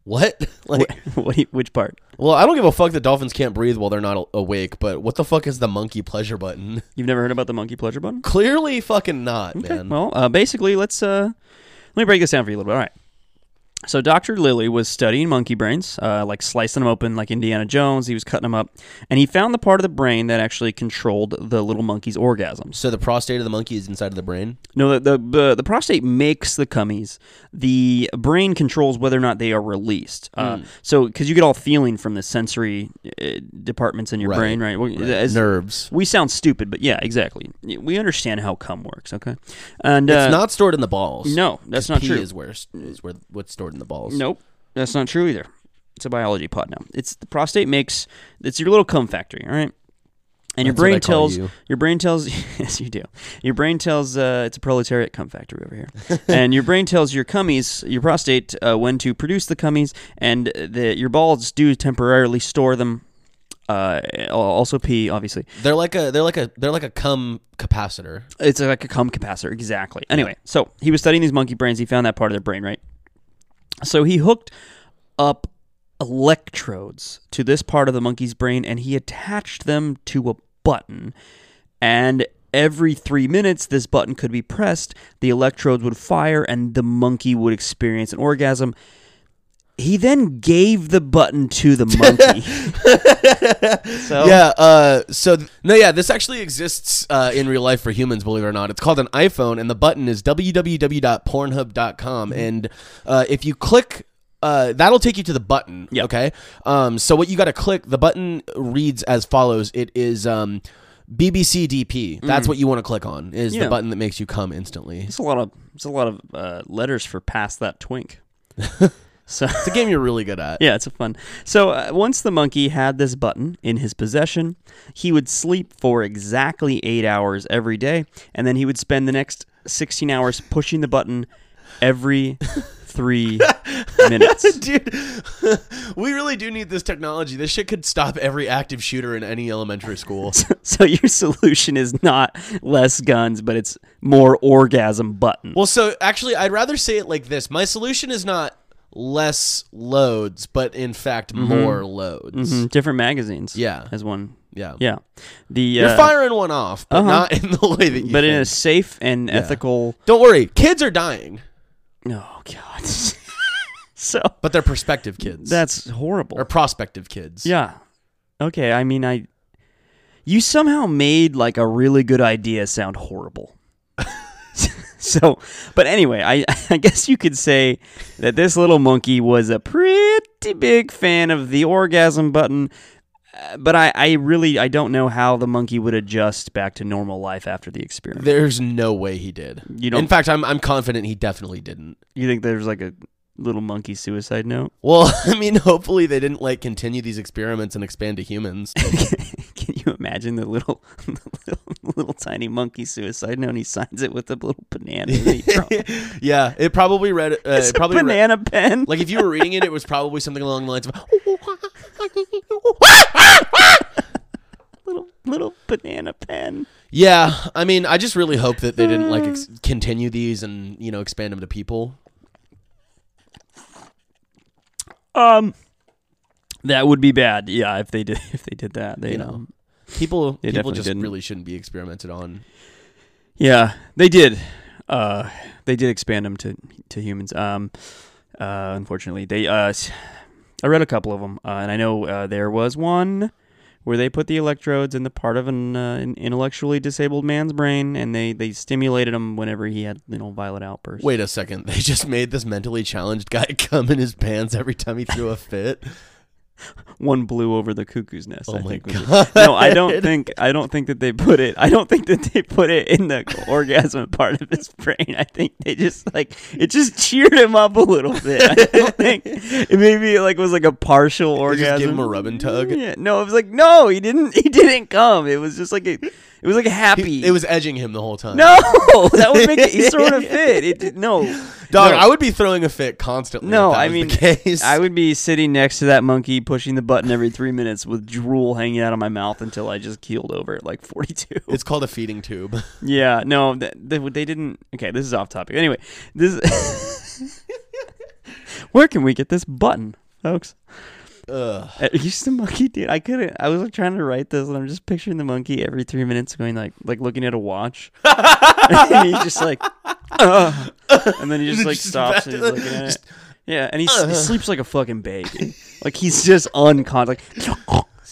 S1: what? like,
S2: What do you- Which part?
S1: well, I don't give a fuck that dolphins can't breathe while they're not a- awake. But what the fuck is the monkey pleasure button?
S2: You've never heard about the monkey pleasure button?
S1: Clearly, fucking not,
S2: Okay,
S1: man.
S2: Well, uh, basically, let's uh, let me break this down for you a little bit. All right. So Dr. Lilly was studying monkey brains, uh, like slicing them open like Indiana Jones. He was cutting them up, and he found the part of the brain that actually controlled the little monkey's orgasms.
S1: so the prostate of the monkey is inside of the brain.
S2: No, the the, the, the prostate makes the cummies. The brain controls whether or not they are released. Uh,
S1: Hmm.
S2: So, because you get all feeling from the sensory uh, departments in your
S1: Right,
S2: brain, right? Well, as-
S1: Nerves.
S2: We sound stupid, but yeah, exactly. We understand how cum works, okay? And uh,
S1: it's not stored in the balls.
S2: No, that's
S1: 'Cause
S2: not
S1: pee
S2: true.
S1: Is where s- is where what's stored in the balls.
S2: Nope, that's not true either. It's a biology pod now. It's the prostate makes it's your little cum factory, all right. And your
S1: That's what
S2: brain
S1: I call
S2: tells
S1: you.
S2: your brain tells yes you do your brain tells uh, it's a proletariat cum factory over here, and your brain tells your cummies your prostate uh, when to produce the cummies, and uh, the your balls do temporarily store them. Uh, also pee, obviously.
S1: They're like a they're like a they're like a cum capacitor.
S2: It's like a cum capacitor, exactly. Anyway, so he was studying these monkey brains. He found that part of their brain, right? So he hooked up electrodes to this part of the monkey's brain and he attached them to a button. And every three minutes, this button could be pressed, the electrodes would fire, and the monkey would experience an orgasm. He then gave the button to the monkey. so,
S1: Yeah. Uh. So th- no. Yeah. This actually exists uh, in real life for humans. Believe it or not, it's called an iPhone, and the button is
S2: Mm-hmm.
S1: www.pornhub.com. And uh, if you click. Uh, that'll take you to the button.
S2: Yeah.
S1: Okay. Um, so what you got to click? The button reads as follows. It is um, BBC DP. That's what you want to click on. Is
S2: Mm. Yeah.
S1: the button that makes you come instantly.
S2: It's a lot of it's a lot of uh, letters for pass that twink. so
S1: It's a game you're really good at.
S2: yeah, it's a fun. So uh, once the monkey had this button in his possession, he would sleep for exactly eight hours every day, and then he would spend the next sixteen hours pushing the button every three minutes.
S1: Dude, we really do need this technology. This shit could stop every active shooter in any elementary school.
S2: So your solution is not less guns, but it's more orgasm button.
S1: well, so actually, I'd rather say it like this. My solution is not less loads, but in fact,
S2: Mm-hmm.
S1: more loads.
S2: Mhm, different magazines.
S1: Yeah.
S2: as one.
S1: Yeah.
S2: Yeah, the
S1: You're
S2: uh,
S1: firing one off, but not in the way that you.
S2: but in a
S1: think.
S2: safe and ethical.
S1: Don't worry, kids are dying,
S2: Oh God. so
S1: but they're prospective kids.
S2: that's horrible.
S1: or prospective kids.
S2: yeah. Okay. I mean, I. You somehow made like a really good idea sound horrible. so, but anyway, I I guess you could say that this little monkey was a pretty big fan of the orgasm button. uh, But I, I really I don't know how the monkey would adjust back to normal life after the experiment.
S1: There's no way he did.
S2: You don't-
S1: In fact, I'm I'm confident he definitely didn't.
S2: You think there's like a little monkey suicide note?
S1: Well, I mean, hopefully they didn't like continue these experiments and expand to humans.
S2: Can you imagine the little, the little, little tiny monkey suicide note? And he signs it with a little banana. that he dropped.
S1: yeah, it probably read. Uh,
S2: it's
S1: it probably
S2: a
S1: read-
S2: banana pen.
S1: like if you were reading it, it was probably something along the lines of
S2: little little banana pen.
S1: yeah. I mean, I just really hope that they didn't like ex- continue these and you know expand them to people.
S2: Um, That would be bad. Yeah, if they did if they did that, they um,
S1: You
S2: know.
S1: know. People, people
S2: definitely
S1: just
S2: didn't.
S1: really shouldn't be experimented on.
S2: Yeah, they did. Uh, they did expand them to to humans. Um, uh, unfortunately, they. Uh, s- I read a couple of them, uh, and I know uh, there was one where they put the electrodes in the part of an, uh, an intellectually disabled man's brain, and they they stimulated him whenever he had you know violent outbursts.
S1: Wait a second. They just made this mentally challenged guy come in his pants every time he threw a fit.
S2: one blew over the cuckoo's nest.
S1: Oh
S2: I
S1: my
S2: think was it. No, I don't think I don't think that they put it. I don't think that they put it in the orgasm part of his brain. I think they just like it just cheered him up a little bit. I don't think it maybe it like was like a partial
S1: They
S2: orgasm.
S1: just give him a rub and tug.
S2: Yeah, no, it was like no, he didn't. He didn't come. It was just like a, it was like a happy.
S1: He- it was edging him the whole time.
S2: no. That would make it. He's throwing a fit. It did- no.
S1: dog.
S2: no.
S1: I would be throwing a fit constantly.
S2: No,
S1: if that
S2: I
S1: was
S2: mean,
S1: the case.
S2: I would be sitting next to that monkey, pushing the button every three minutes with drool hanging out of my mouth until I just keeled over at like 42.
S1: It's called a feeding tube.
S2: yeah, no, th- they, they didn't. Okay, this is off topic. Anyway, this. Where can we get this button, folks?
S1: Ugh.
S2: Uh, He's the monkey, dude. I couldn't. I was like trying to write this, and I'm just picturing the monkey every three minutes going like, like looking at a watch, and he's just like, "Ugh." and then he just like stops and he's looking at it. Yeah, and he, s- he sleeps like a fucking baby. like he's just unconscious.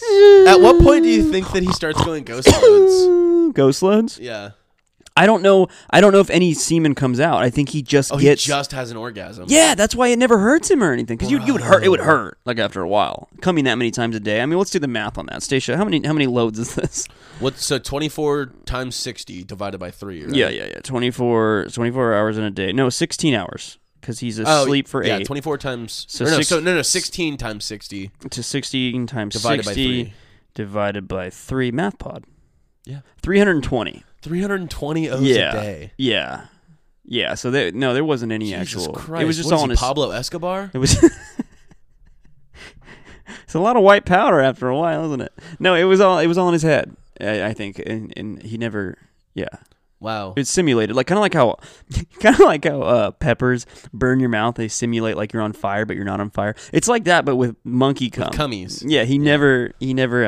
S2: Like,
S1: At what point do you think that he starts going ghost modes?
S2: ghost loads.
S1: Yeah.
S2: I don't know. I don't know if any semen comes out. I think he just
S1: Oh,
S2: gets.
S1: he just has an orgasm.
S2: yeah, that's why it never hurts him or anything. Because you, you would hurt. It would hurt like after a while. Coming that many times a day. I mean, let's do the math on that, Stacia. How many how many loads is this?
S1: What? So twenty four times sixty divided by three. Right?
S2: Yeah, yeah, yeah. 24, 24 hours in a day. No, 16 hours because he's
S1: Oh,
S2: asleep for
S1: yeah,
S2: 8
S1: twenty four times.
S2: So
S1: So, no,
S2: six-
S1: so no, no, sixteen times sixty.
S2: to 16 times
S1: Divided by
S2: 60
S1: three.
S2: divided by 3 math pod.
S1: Yeah.
S2: 320.
S1: Three hundred and twenty O's
S2: yeah.
S1: a day.
S2: Yeah. Yeah, so there no there wasn't any
S1: Jesus
S2: actual
S1: Christ!
S2: It was just
S1: what is
S2: all
S1: he,
S2: in his
S1: Pablo Escobar.
S2: It was It's a lot of white powder after a while, isn't it? No, it was all it was all in his head. I, I think and and he never yeah.
S1: Wow.
S2: It's simulated, like kind of like how, kind of like how uh, peppers burn your mouth. They simulate like you're on fire, but you're not on fire. It's like that, but with monkey cum.
S1: Cummies.
S2: yeah, he never, he never.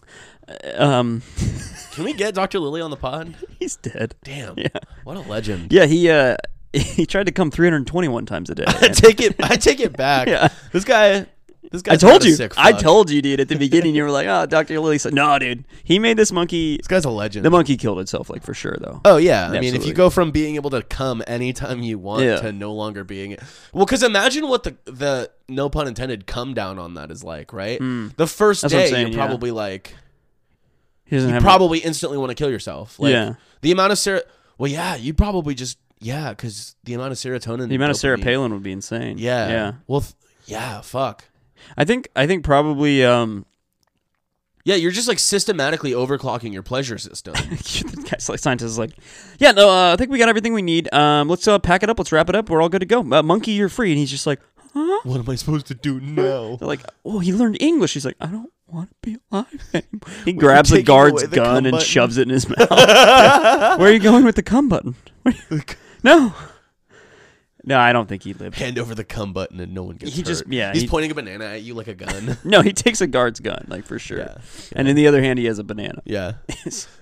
S2: Uh, Um,
S1: Can we get Dr. Lily on the pod?
S2: he's dead.
S1: Damn.
S2: Yeah,
S1: What a legend.
S2: yeah. He uh, he tried to come 321 times a day.
S1: I take it. I take it back.
S2: Yeah.
S1: This guy. This guy.
S2: I told you.
S1: Sick
S2: I
S1: fuck.
S2: told you, dude. At the beginning, you were like, "Oh, Doctor Lily said, no, dude. He made this monkey.
S1: This guy's a legend.
S2: The monkey killed itself, like for sure, though.
S1: Oh yeah, I mean, if
S2: Absolutely.
S1: you go from being able to come anytime you want
S2: Yeah.
S1: to no longer being well, because imagine what the the no pun intended come down on that is like, right? The first
S2: Hmm. That's what I'm
S1: day
S2: saying,
S1: you're
S2: yeah.
S1: probably like,
S2: He doesn't
S1: you
S2: have
S1: probably instantly want to kill yourself. Like,
S2: Yeah.
S1: The amount of ser, well, yeah, you probably just yeah, because the amount of serotonin,
S2: the amount of Sarah
S1: dopamine-
S2: Palin would be insane.
S1: yeah,
S2: yeah.
S1: well, th- yeah, fuck,
S2: I think I think probably um
S1: yeah, you're just like systematically overclocking your pleasure system.
S2: the guy's like scientist is like, yeah, no, uh, I think we got everything we need. Um, let's uh, pack it up. Let's wrap it up. We're all good to go. Uh, monkey, you're free. And he's just like, huh?
S1: what am I supposed to do now?
S2: They're like, oh, he learned English. He's like, I don't want to be alive anymore. He grabs a guard's
S1: away the
S2: gun
S1: cum
S2: and
S1: button.
S2: shoves it in his mouth. Where are you going with the cum button? Where are you- no, no, I don't think he lived.
S1: Hand over the cum button and no one gets
S2: He just-
S1: hurt.
S2: yeah,
S1: he's
S2: he-
S1: pointing a banana at you like a gun.
S2: No, he takes a guard's gun, like for sure.
S1: Yeah,
S2: And in the other hand, he has a banana.
S1: Yeah.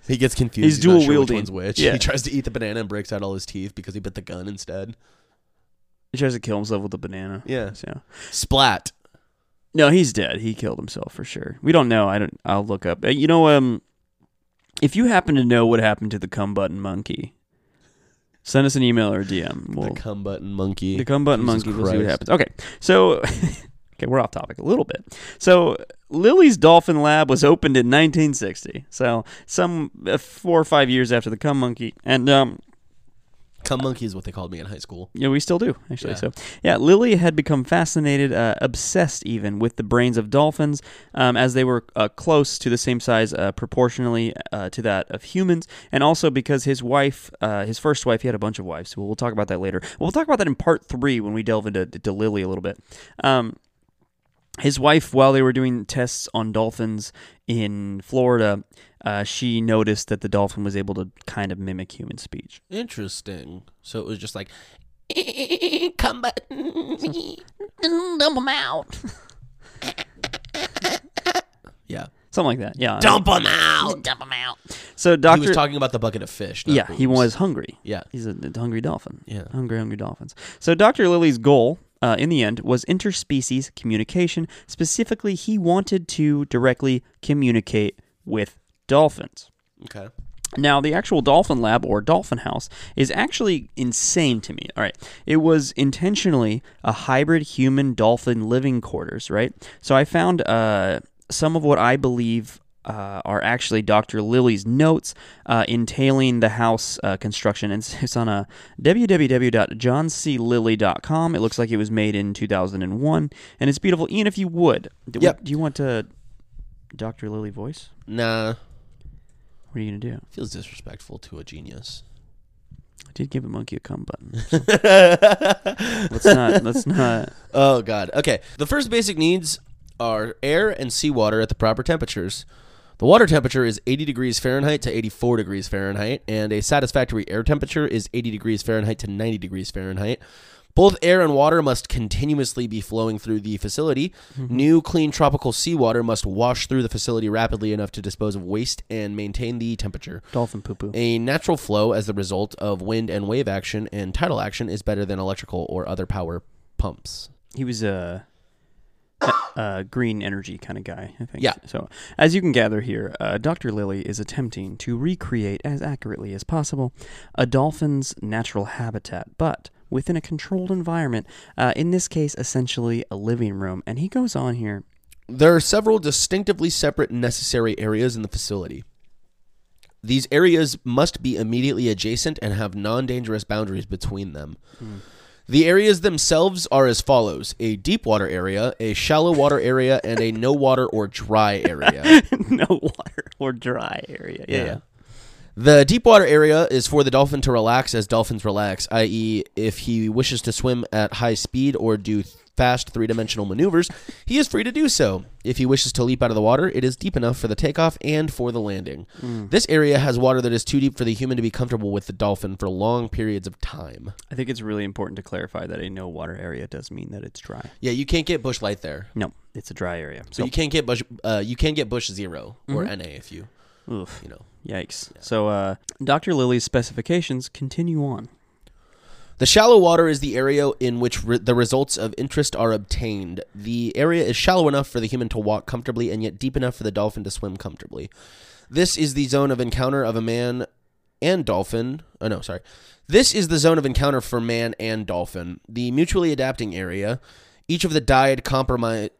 S1: He gets confused.
S2: He's
S1: He's, dual
S2: dual
S1: sure
S2: wielding.
S1: Which one's which.
S2: Yeah.
S1: He tries to eat the banana and breaks out all his teeth because he bit the gun instead.
S2: He tries to kill himself with a banana.
S1: Yeah.
S2: So.
S1: Splat.
S2: No, he's dead. He killed himself for sure. We don't know. I don't. I'll look up. Uh, You know, um, if you happen to know what happened to the cum button monkey, send us an email or a DM. We'll,
S1: The cum button monkey.
S2: the cum button
S1: Jesus
S2: monkey. We'll see what
S1: Christ.
S2: happens. Okay, so okay, we're off topic a little bit. So Lily's Dolphin Lab was opened in 1960. So some uh, four or five years after the cum monkey, and um,
S1: Cum monkey is what they called me in high school.
S2: yeah, we still do actually.
S1: Yeah.
S2: So, yeah, Lily had become fascinated, uh, obsessed even with the brains of dolphins, um, as they were uh, close to the same size uh, proportionally uh, to that of humans, and also because his wife, uh, his first wife, he had a bunch of wives. We'll, we'll talk about that later. We'll talk about that in part three when we delve into to Lily a little bit. Um, his wife, while they were doing tests on dolphins in Florida, uh, she noticed that the dolphin was able to kind of mimic human speech.
S1: Interesting. So it was just like,
S5: Come button. Dump 'em out.
S1: yeah.
S2: Something like that. Yeah.
S5: Dump 'em out. Dump 'em out.
S2: So,
S1: He was
S2: Doctor.
S1: talking about the bucket of fish. not
S2: yeah, he
S1: boobs.
S2: was hungry.
S1: Yeah.
S2: He's a, a hungry dolphin.
S1: Yeah.
S2: Hungry, hungry dolphins. So Dr. Lily's goal uh, uh, in the end was interspecies communication. Specifically, he wanted to directly communicate with dolphins.
S1: Okay.
S2: Now, the actual dolphin lab or dolphin house is actually insane to me. All right. It was intentionally a hybrid human dolphin living quarters, right? So I found uh, some of what I believe. Uh, are actually Dr. Lilly's notes uh, entailing the house uh, construction. And it's it's on uh, a www.johnclilly.com. It looks like it was made in 2001, and it's beautiful. Ian, if you would, do, we-
S1: Yep.
S2: do you want to Dr. Lilly voice?
S1: Nah,
S2: What are you gonna do?
S1: feels disrespectful to a genius.
S2: I did give a monkey a cum button. so. let's not. Let's not.
S1: Oh God. Okay. The first basic needs are air and seawater at the proper temperatures. The water temperature is 80 degrees Fahrenheit to 84 degrees Fahrenheit, and a satisfactory air temperature is 80 degrees Fahrenheit to 90 degrees Fahrenheit. Both air and water must continuously be flowing through the facility. New clean tropical seawater must wash through the facility rapidly enough to dispose of waste and maintain the temperature.
S2: Dolphin poo poo.
S1: A natural flow as the result of wind and wave action and tidal action is better than electrical or other power pumps.
S2: He was a, a, a green energy kind of guy, I think.
S1: Yeah.
S2: So, as you can gather here, uh, Dr. Lilly is attempting to recreate as accurately as possible a dolphin's natural habitat, but within a controlled environment, uh, in this case, essentially a living room. And he goes on here.
S1: There are several distinctively separate necessary areas in the facility. These areas must be immediately adjacent and have non dangerous boundaries between them. The areas themselves are as follows a deep water area, a shallow water area, and a no water or dry area.
S2: no water or dry area. Yeah. yeah.
S1: The deep water area is for the dolphin to relax as dolphins relax, i.e., if he wishes to swim at high speed or do fast three dimensional maneuvers, he is free to do so. If he wishes to leap out of the water, it is deep enough for the takeoff and for the landing. This area has water that is too deep for the human to be comfortable with the dolphin for long periods of time.
S2: I think it's really important to clarify that a no water area does mean that it's dry.
S1: Yeah, you can't get bush light there.
S2: No, it's a dry area.
S1: So you can't get bush. Uh, you can get bush 0 or NA if you,
S2: Oof.
S1: you know.
S2: Yikes. So, uh, Dr. Lilly's specifications continue on.
S1: The shallow water is the area in which re- the results of interest are obtained. The area is shallow enough for the human to walk comfortably and yet deep enough for the dolphin to swim comfortably. This is the zone of encounter of a man and dolphin. Oh, no, sorry. This is the zone of encounter for man and dolphin. The mutually adapting area. Each of the dyed compromise.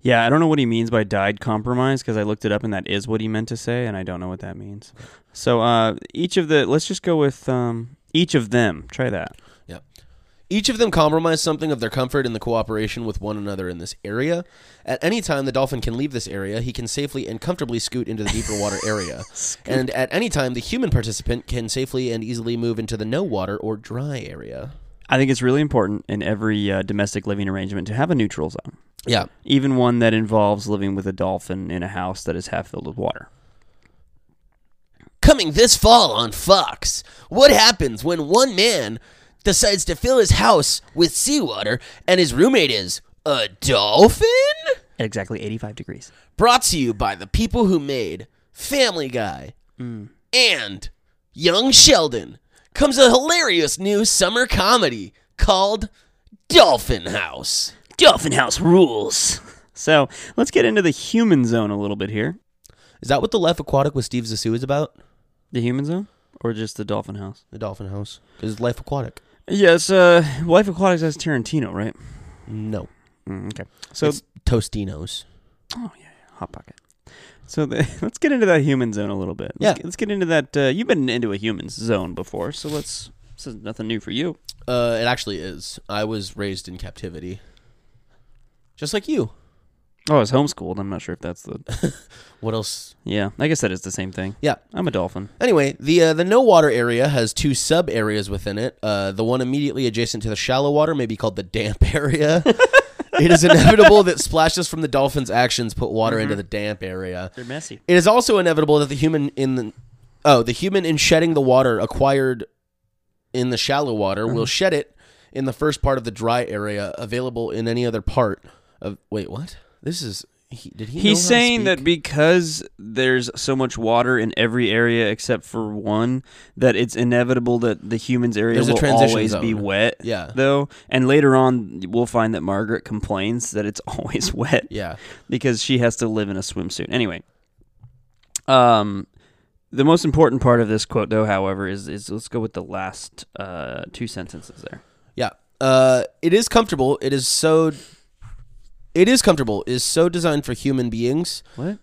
S2: Yeah, I don't know what he means by dyed compromise because I looked it up and that is what he meant to say, and I don't know what that means. So, uh, each of the, let's just go with um, each of them. Try that.
S1: Each of them compromise something of their comfort in the cooperation with one another in this area. At any time the dolphin can leave this area, he can safely and comfortably scoot into the deeper water area. And at any time the human participant can safely and easily move into the no water or dry area.
S2: I think it's really important in every uh, domestic living arrangement to have a neutral zone,
S1: Yeah.
S2: even one that involves living with a dolphin in a house that is half filled with water.
S1: Coming this fall on Fox, what happens when one man decides to fill his house with seawater and his roommate is a dolphin?
S2: At exactly 85 degrees.
S1: Brought to you by the people who made Family Guy and Young Sheldon comes a hilarious new summer comedy called Dolphin House.
S2: Dolphin House rules. So, let's get into the human zone a little bit here.
S1: Is that what the Life Aquatic with Steve Zissou is about?
S2: The human zone? Or just the dolphin house?
S1: The Dolphin House? Is Life Aquatic?
S2: Yes, uh, Life Aquatics has Tarantino, right?
S1: No.
S2: Mm, okay. So,
S1: it's Tostinos.
S2: oh yeah, yeah, hot pocket. So the, let's get into that human zone a little bit. Let's
S1: Yeah.
S2: Get, let's get into that. Uh, you've been into a human zone before, so let's. This is nothing new for you.
S1: Uh, it actually is. I was raised in captivity, just like you.
S2: Oh, I was homeschooled. I'm not sure if that's the.
S1: What else?
S2: Yeah, I guess that is the same thing.
S1: Yeah.
S2: I'm a dolphin.
S1: Anyway, the uh, the no water area has two sub areas within it. Uh, the one immediately adjacent to the shallow water may be called the damp area. it is inevitable that splashes from the dolphin's actions put water
S2: Mm-hmm.
S1: into the damp area.
S2: They're messy.
S1: It is also inevitable that the human in the oh the human in shedding the water acquired in the shallow water
S2: Mm-hmm.
S1: will shed it in the first part of the dry area available in any other part of wait what this is He, did he?
S2: He's
S1: know how to
S2: saying that
S1: speak?
S2: because there's so much water in every area except for one, that it's inevitable that the humans area
S1: There's a
S2: will
S1: transition
S2: always be
S1: zone.
S2: wet.
S1: Yeah.
S2: Though, and later on, we'll find that Margaret complains that it's always wet.
S1: Yeah.
S2: Because she has to live in a swimsuit. Anyway, um, the most important part of this quote, though, however, is is let's go with the last uh, two sentences there.
S1: Yeah. Uh, it is comfortable. It is so. It is comfortable. It is so designed for human beings.
S2: What?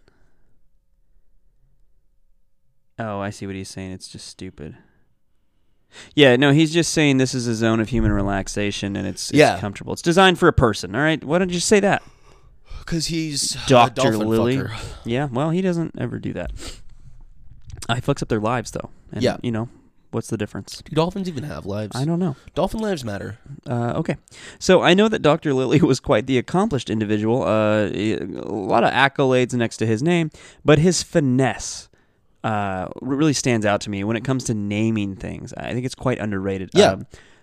S2: Oh, I see what he's saying. It's just stupid. Yeah, no, he's just saying this is a zone of human relaxation and it's, it's
S1: Yeah.
S2: comfortable. It's designed for a person, all right? Why don't you just say that?
S1: Because he's a
S2: Dr.
S1: dolphin
S2: Lily.
S1: fucker.
S2: Yeah, well, he doesn't ever do that. I fucks up their lives, though. And,
S1: Yeah.
S2: You know, what's the difference?
S1: Do dolphins even have lives?
S2: I don't know.
S1: Dolphin lives matter.
S2: Uh, okay. So I know that Dr. Lilly was quite the accomplished individual, uh, a lot of accolades next to his name, but his finesse. Uh, really stands out to me when it comes to naming things. I think it's quite underrated.
S1: Yeah.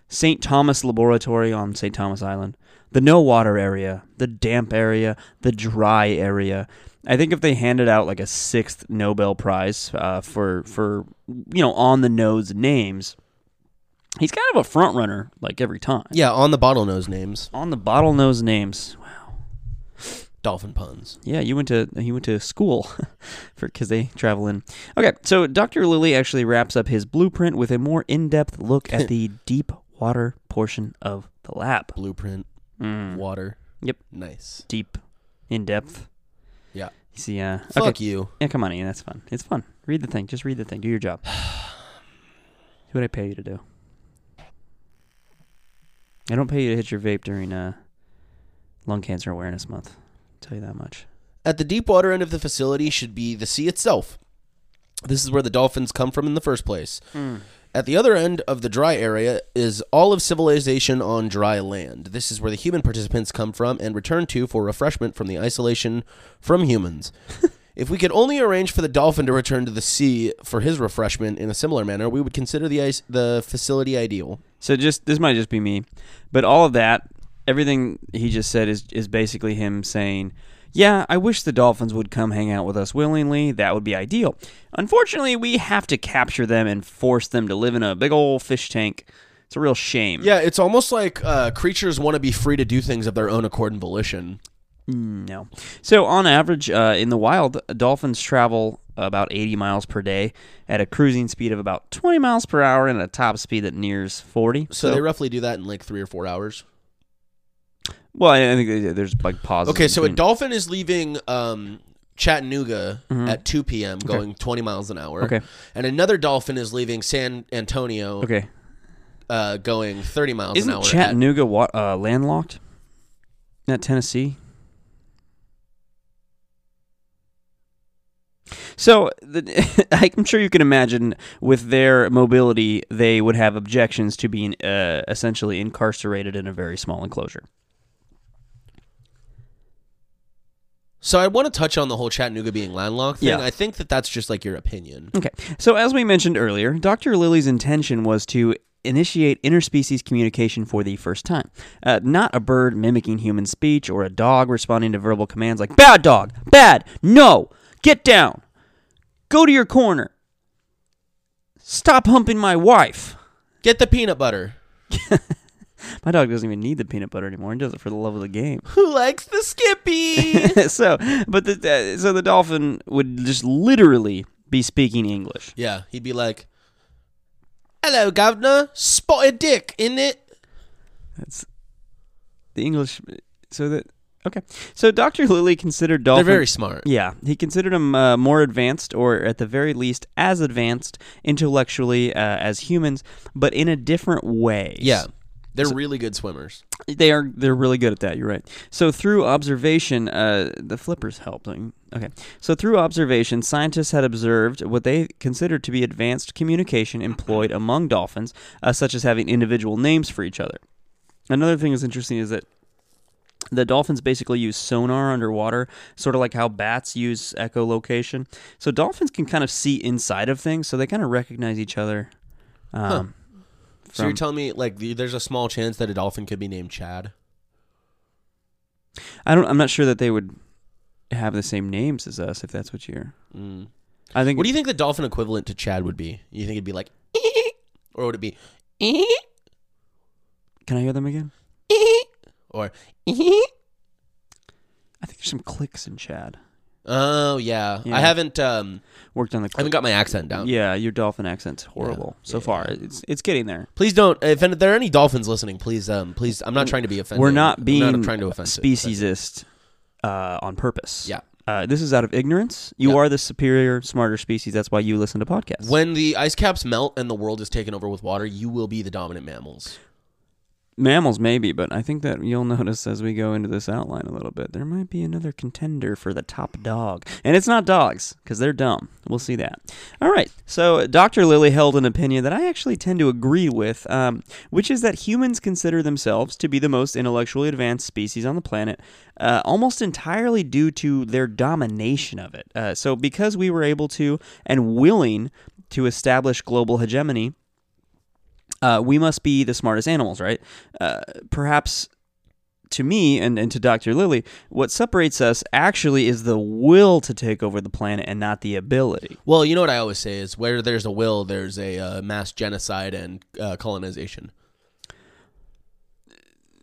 S2: St. Thomas Laboratory on St. Thomas Island, the no water area, the damp area, the dry area. I think if they handed out like a sixth Nobel Prize uh, for for you know on the nose names, he's kind of a front runner like every time
S1: Yeah, on the bottlenose names,
S2: on the bottlenose names. Wow.
S1: dolphin puns.
S2: Yeah, you went to you went to school for because they travel in. Okay, so Dr. Lilly actually wraps up his blueprint with a more in-depth look at the deep water portion of the lab.
S1: Blueprint,
S2: Mm,
S1: water.
S2: Yep.
S1: Nice.
S2: deep, in-depth.
S1: Yeah.
S2: You see, uh, okay.
S1: Fuck you.
S2: Yeah, come on, Ian. That's fun. It's fun. Read the thing. Just read the thing. Do your job. Do what I pay you to do. I don't pay you to hit your vape during uh, lung cancer awareness month. tell you that much.
S1: At the deep water end of the facility should be the sea itself. This is where the dolphins come from in the first place. At the other end of the dry area is all of civilization on dry land. This is where the human participants come from and return to for refreshment from the isolation from humans. if we could only arrange for the dolphin to return to the sea for his refreshment in a similar manner, we would consider the ice, the facility ideal.
S2: So just this might just be me, but all of that, everything he just said is is basically him saying, "Yeah, I wish the dolphins would come hang out with us willingly. That would be ideal. Unfortunately, we have to capture them and force them to live in a big old fish tank. It's a real shame."
S1: Yeah, it's almost like uh, creatures want to be free to do things of their own accord and volition.
S2: Mm, No. So, on average, uh, in the wild, dolphins travel about 80 miles per day at a cruising speed of about 20 miles per hour and a top speed that nears 40.
S1: So, they roughly do that in like three or four hours.
S2: well, I I think they- there's like pauses.
S1: Okay,
S2: in
S1: so a
S2: between.
S1: dolphin is leaving um, Chattanooga at 2 p.m., going 20 miles an hour.
S2: Mm-hmm. Okay.
S1: And another dolphin is leaving San Antonio,
S2: Okay.
S1: uh, going 30 miles an
S2: Isn't
S1: hour.
S2: Chattanooga wa- uh, landlocked? Isn't that Tennessee? So the, I'm sure you can imagine with their mobility, they would have objections to being uh, essentially incarcerated in a very small enclosure.
S1: At, so I want to touch on the whole Chattanooga being landlocked thing.
S2: Yeah.
S1: I think that that's just like your opinion.
S2: Okay. So, as we mentioned earlier, Dr. Lilly's intention was to initiate interspecies communication for the first time. Uh, not a bird mimicking human speech or a dog responding to verbal commands like, bad dog, bad, no, get down, go to your corner, stop humping my wife.
S1: Get the peanut butter.
S2: My dog doesn't even need the peanut butter anymore. He does it for the love of the game.
S1: Who likes the Skippy?
S2: so, but the, uh, so the dolphin would just literally be speaking English.
S1: yeah, he'd be like, Hello, governor. Spotted dick, in it?
S2: That's the English. So that okay. So Dr. Lilly considered
S1: They're
S2: dolphins.
S1: very smart.
S2: Yeah, he considered them uh, more advanced, or at the very least, as advanced intellectually uh, as humans, but in a different way.
S1: Yeah. They're really good swimmers.
S2: they are. They're really good at that. You're right. So through observation, uh, the flippers helped. Okay. So through observation, scientists had observed what they considered to be advanced communication employed among dolphins, uh, such as having individual names for each other. Another thing that's interesting is that the dolphins basically use sonar underwater, sort of like how bats use echolocation. So dolphins can kind of see inside of things, so they kind of recognize each other. Um,
S1: So you're
S2: from-
S1: telling me like the- there's a small chance that a dolphin could be named Chad?
S2: I don't. I'm not sure that they would. have the same names as us if that's what you're.
S1: Mm.
S2: I think.
S1: What do you think the dolphin equivalent to Chad would be? You think it'd be like, or would it be,
S2: Can I hear them again?
S1: or
S2: I think there's some clicks in Chad.
S1: oh yeah,
S2: Yeah.
S1: I haven't um
S2: Worked on the.
S1: I haven't got my accent down.
S2: yeah, your dolphin accent's horrible so far. It's it's getting there.
S1: Please don't. If there are any dolphins listening, please um please. I'm not trying to be offensive.
S2: We're not being
S1: I'm not trying to offend
S2: speciesist uh, on purpose.
S1: Yeah.
S2: Uh, this is out of ignorance. You
S1: Yeah.
S2: are the superior, smarter species. That's why you listen to podcasts.
S1: When the ice caps melt and the world is taken over with water, you will be the dominant mammals.
S2: Mammals, maybe, but I think that you'll notice as we go into this outline a little bit, there might be another contender for the top dog. And it's not dogs, because they're dumb. We'll see that. All right, so Dr. Lilly held an opinion that I actually tend to agree with, um, which is that humans consider themselves to be the most intellectually advanced species on the planet, uh, almost entirely due to their domination of it. Uh, so, because we were able to and willing to establish global hegemony, uh, we must be the smartest animals, right? Uh, perhaps to me and, and to Dr. Lilly, what separates us actually is the will to take over the planet and not the ability.
S1: Well, you know what I always say is where there's a will, there's a uh, mass genocide and uh, colonization.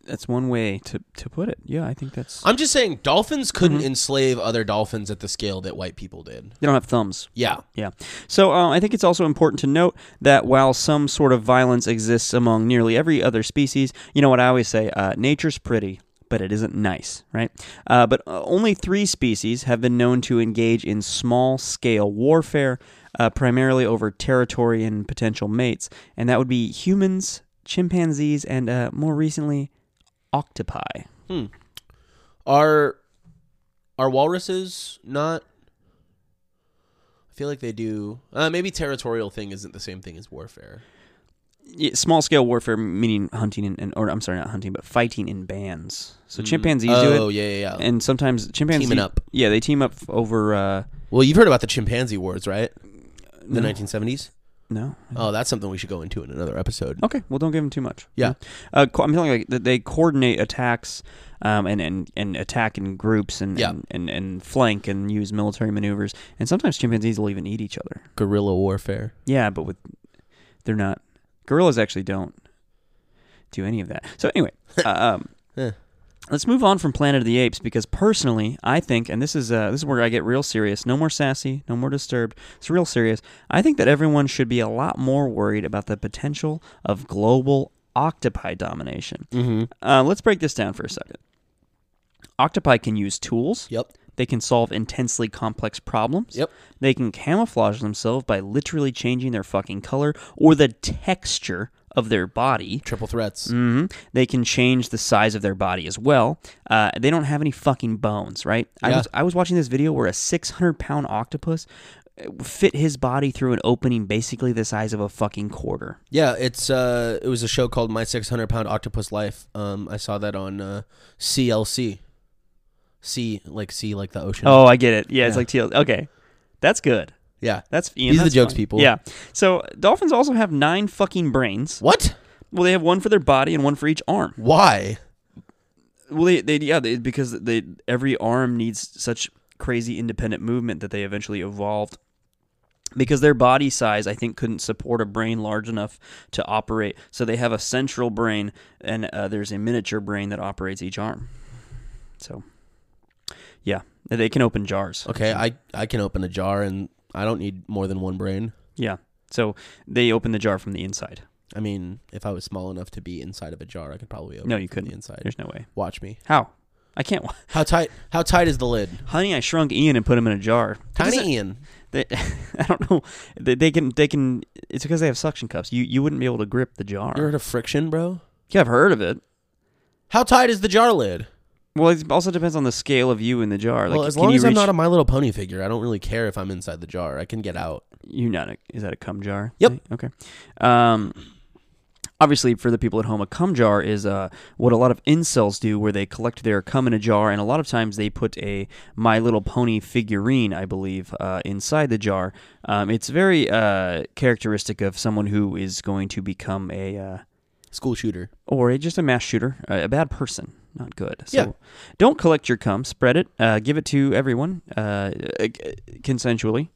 S2: That's one way to, to put it. Yeah, I think that's.
S1: I'm just saying dolphins couldn't enslave other dolphins at the scale that white people did.
S2: They don't have thumbs.
S1: Yeah.
S2: Yeah. So uh, I think it's also important to note that while some sort of violence exists among nearly every other species, you know what I always say uh, nature's pretty. But it isn't nice, right? Uh, but uh, only three species have been known to engage in small scale warfare, uh, primarily over territory and potential mates, and that would be humans, chimpanzees, and uh, more recently, octopi.
S1: Are are walruses not? I feel like they do. Uh, maybe territorial thing isn't the same thing as warfare.
S2: yeah, small scale warfare, meaning hunting and, and or I'm sorry, not hunting, but fighting in bands. So chimpanzees do
S1: Oh
S2: it,
S1: yeah, yeah, yeah.
S2: and sometimes chimpanzees
S1: Teaming up.
S2: Yeah, they team up f- over. Uh,
S1: Well, you've heard about the chimpanzee wars, right? The 1970s.
S2: no,
S1: Oh, that's something we should go into in another episode.
S2: okay, well, don't give them too much.
S1: Yeah.
S2: uh, co- I'm feeling like that they coordinate attacks, um, and, and and attack in groups and,
S1: Yeah.
S2: and and and flank and use military maneuvers, and sometimes chimpanzees will even eat each other.
S1: Guerrilla warfare.
S2: Yeah, but with they're not gorillas actually don't do any of that. So anyway, uh, um,
S1: Yeah.
S2: let's move on from Planet of the Apes because personally, I think, and this is uh, this is where I get real serious. No more sassy, no more disturbed. It's real serious. I think that everyone should be a lot more worried about the potential of global octopi domination. Uh, let's break this down for a second. Octopi can use tools.
S1: Yep.
S2: They can solve intensely complex problems.
S1: Yep.
S2: They can camouflage themselves by literally changing their fucking color or the texture of their body.
S1: Triple threats.
S2: hmm They can change the size of their body as well. Uh, they don't have any fucking bones, right? I,
S1: Yeah.
S2: was, I was watching this video where a 600 pound octopus uh, fit his body through an opening basically the size of a fucking quarter.
S1: Yeah, it's uh, it was a show called My Six Hundred Pound Octopus Life. Um, I saw that on uh, CLC. C like C like the ocean.
S2: Oh, I get it. Yeah, it's like TL. Okay. That's good.
S1: yeah.
S2: That's Ian,
S1: These are the
S2: that's
S1: jokes,
S2: fine.
S1: people.
S2: Yeah. So dolphins also have nine fucking brains.
S1: What?
S2: Well, they have one for their body and one for each arm.
S1: Why?
S2: Well, they, they yeah, they, because they every arm needs such crazy independent movement that they eventually evolved. Because their body size, I think, couldn't support a brain large enough to operate. So they have a central brain, and uh, there's a miniature brain that operates each arm. So, yeah, they can open jars.
S1: Okay, I I can open a jar and I don't need more than one brain.
S2: Yeah, so they open the jar from the inside.
S1: I mean, if I was small enough to be inside of a jar, I could probably open.
S2: No,
S1: it
S2: you
S1: from
S2: couldn't.
S1: The inside.
S2: There's no way.
S1: Watch me.
S2: How? I can't. wa-
S1: How tight? How tight is the lid?
S2: Honey, I shrunk Ian and put him in a jar.
S1: Tiny Ian.
S2: They, I don't know. They, they can. They can. It's because they have suction cups. You you wouldn't be able to grip the jar.
S1: You heard of friction, bro?
S2: yeah, I've heard of it.
S1: How tight is the jar lid? Well,
S2: Well, it also depends on the scale of you in the jar. Like,
S1: as
S2: can
S1: long
S2: you
S1: as I'm
S2: reach,
S1: not a My Little Pony figure, I don't really care if I'm inside the jar. I can get out.
S2: you're not. A, is that a cum jar?
S1: Yep.
S2: thing? Okay. Um. Obviously, for the people at home, a cum jar is uh, what a lot of incels do, where they collect their cum in a jar, and a lot of times they put a My Little Pony figurine, I believe, uh, inside the jar. Um, it's very uh, characteristic of someone who is going to become a uh,
S1: School shooter.
S2: or a, just a mass shooter, a, a bad person. not good. So
S1: Yeah.
S2: don't collect your cum, spread it, uh, give it to everyone uh, uh, consensually.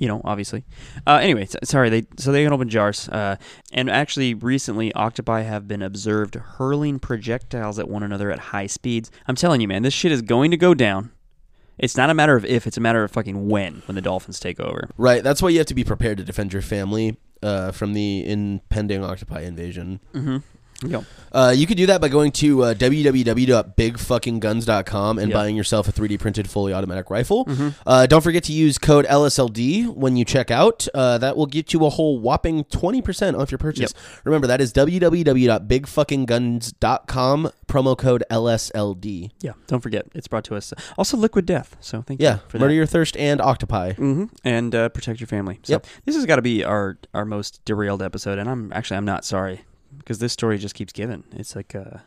S2: You know, obviously. Uh, anyway, s- sorry. They so they can open jars, uh, and actually, recently, octopi have been observed hurling projectiles at one another at high speeds. I'm telling you, man, this shit is going to go down. It's not a matter of if; it's a matter of fucking when. When the dolphins take over.
S1: Right. That's why you have to be prepared to defend your family uh, from the impending octopi invasion.
S2: Yo.
S1: Uh, you could do that by going to uh, www.bigfuckingguns.com and
S2: Yeah. Mm-hmm.
S1: buying yourself a 3D printed fully automatic rifle. Uh, don't forget to use code LSLD when you check out. Uh, that will get you a whole whopping 20% off your purchase. Remember, that is www.bigfuckingguns.com, promo code LSLD.
S2: Yeah, don't forget it's brought to us. uh, Also, Liquid Death. So thank
S1: Yeah,
S2: you for
S1: murder
S2: that.
S1: your thirst and octopi.
S2: hmm and uh, protect your family. So
S1: Mm-hmm. Yep.
S2: this has got to be our our most derailed episode, and I'm actually I'm not sorry because this story just keeps giving. It's like uh,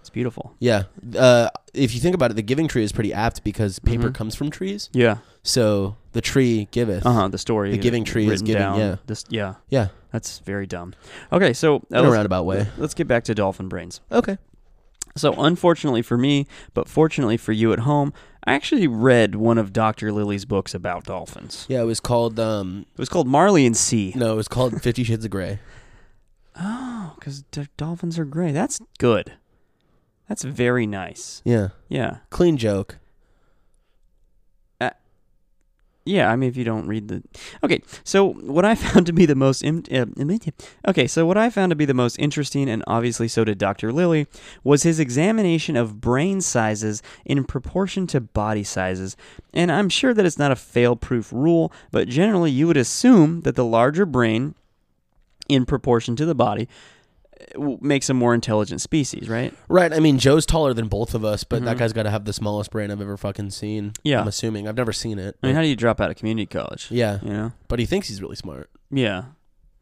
S2: it's beautiful.
S1: Yeah. Uh, if you think about it, the giving tree is pretty apt because paper
S2: Mhm.
S1: comes from trees.
S2: Yeah.
S1: So the tree giveth.
S2: Uh huh. The story.
S1: The giving tree is
S2: written
S1: giving,
S2: Down.
S1: yeah.
S2: This. Yeah.
S1: Yeah,
S2: That's very dumb. Okay. So uh,
S1: in a
S2: let's-
S1: roundabout way.
S2: Let's get back to dolphin brains.
S1: Okay.
S2: So, unfortunately for me, but fortunately for you at home, I actually read one of Dr. Lilly's books about dolphins.
S1: Yeah, it was called. Um,
S2: It was called Marley and Sea.
S1: no, it was called Fifty Shades of Grey.
S2: Because Oh, d- dolphins are gray. That's good. That's very nice.
S1: Yeah,
S2: Yeah.
S1: clean joke.
S2: Yeah, I mean, if you don't read the. Okay, so what I found to be the most. Im- uh, im- okay, so what I found to be the most interesting, and obviously so did Dr. Lilly, was his examination of brain sizes in proportion to body sizes. And I'm sure that it's not a fail proof rule, but generally you would assume that the larger brain in proportion to the body uh, w- makes a more intelligent species, right?
S1: Right. I mean, Joe's taller than both of us, but that guy's got to have the smallest brain I've ever fucking seen.
S2: Mm-hmm. Yeah.
S1: I'm assuming. I've never seen it.
S2: I mean,
S1: but-
S2: how do you drop out of community college?
S1: yeah,
S2: You know?
S1: but he thinks he's really smart.
S2: Yeah.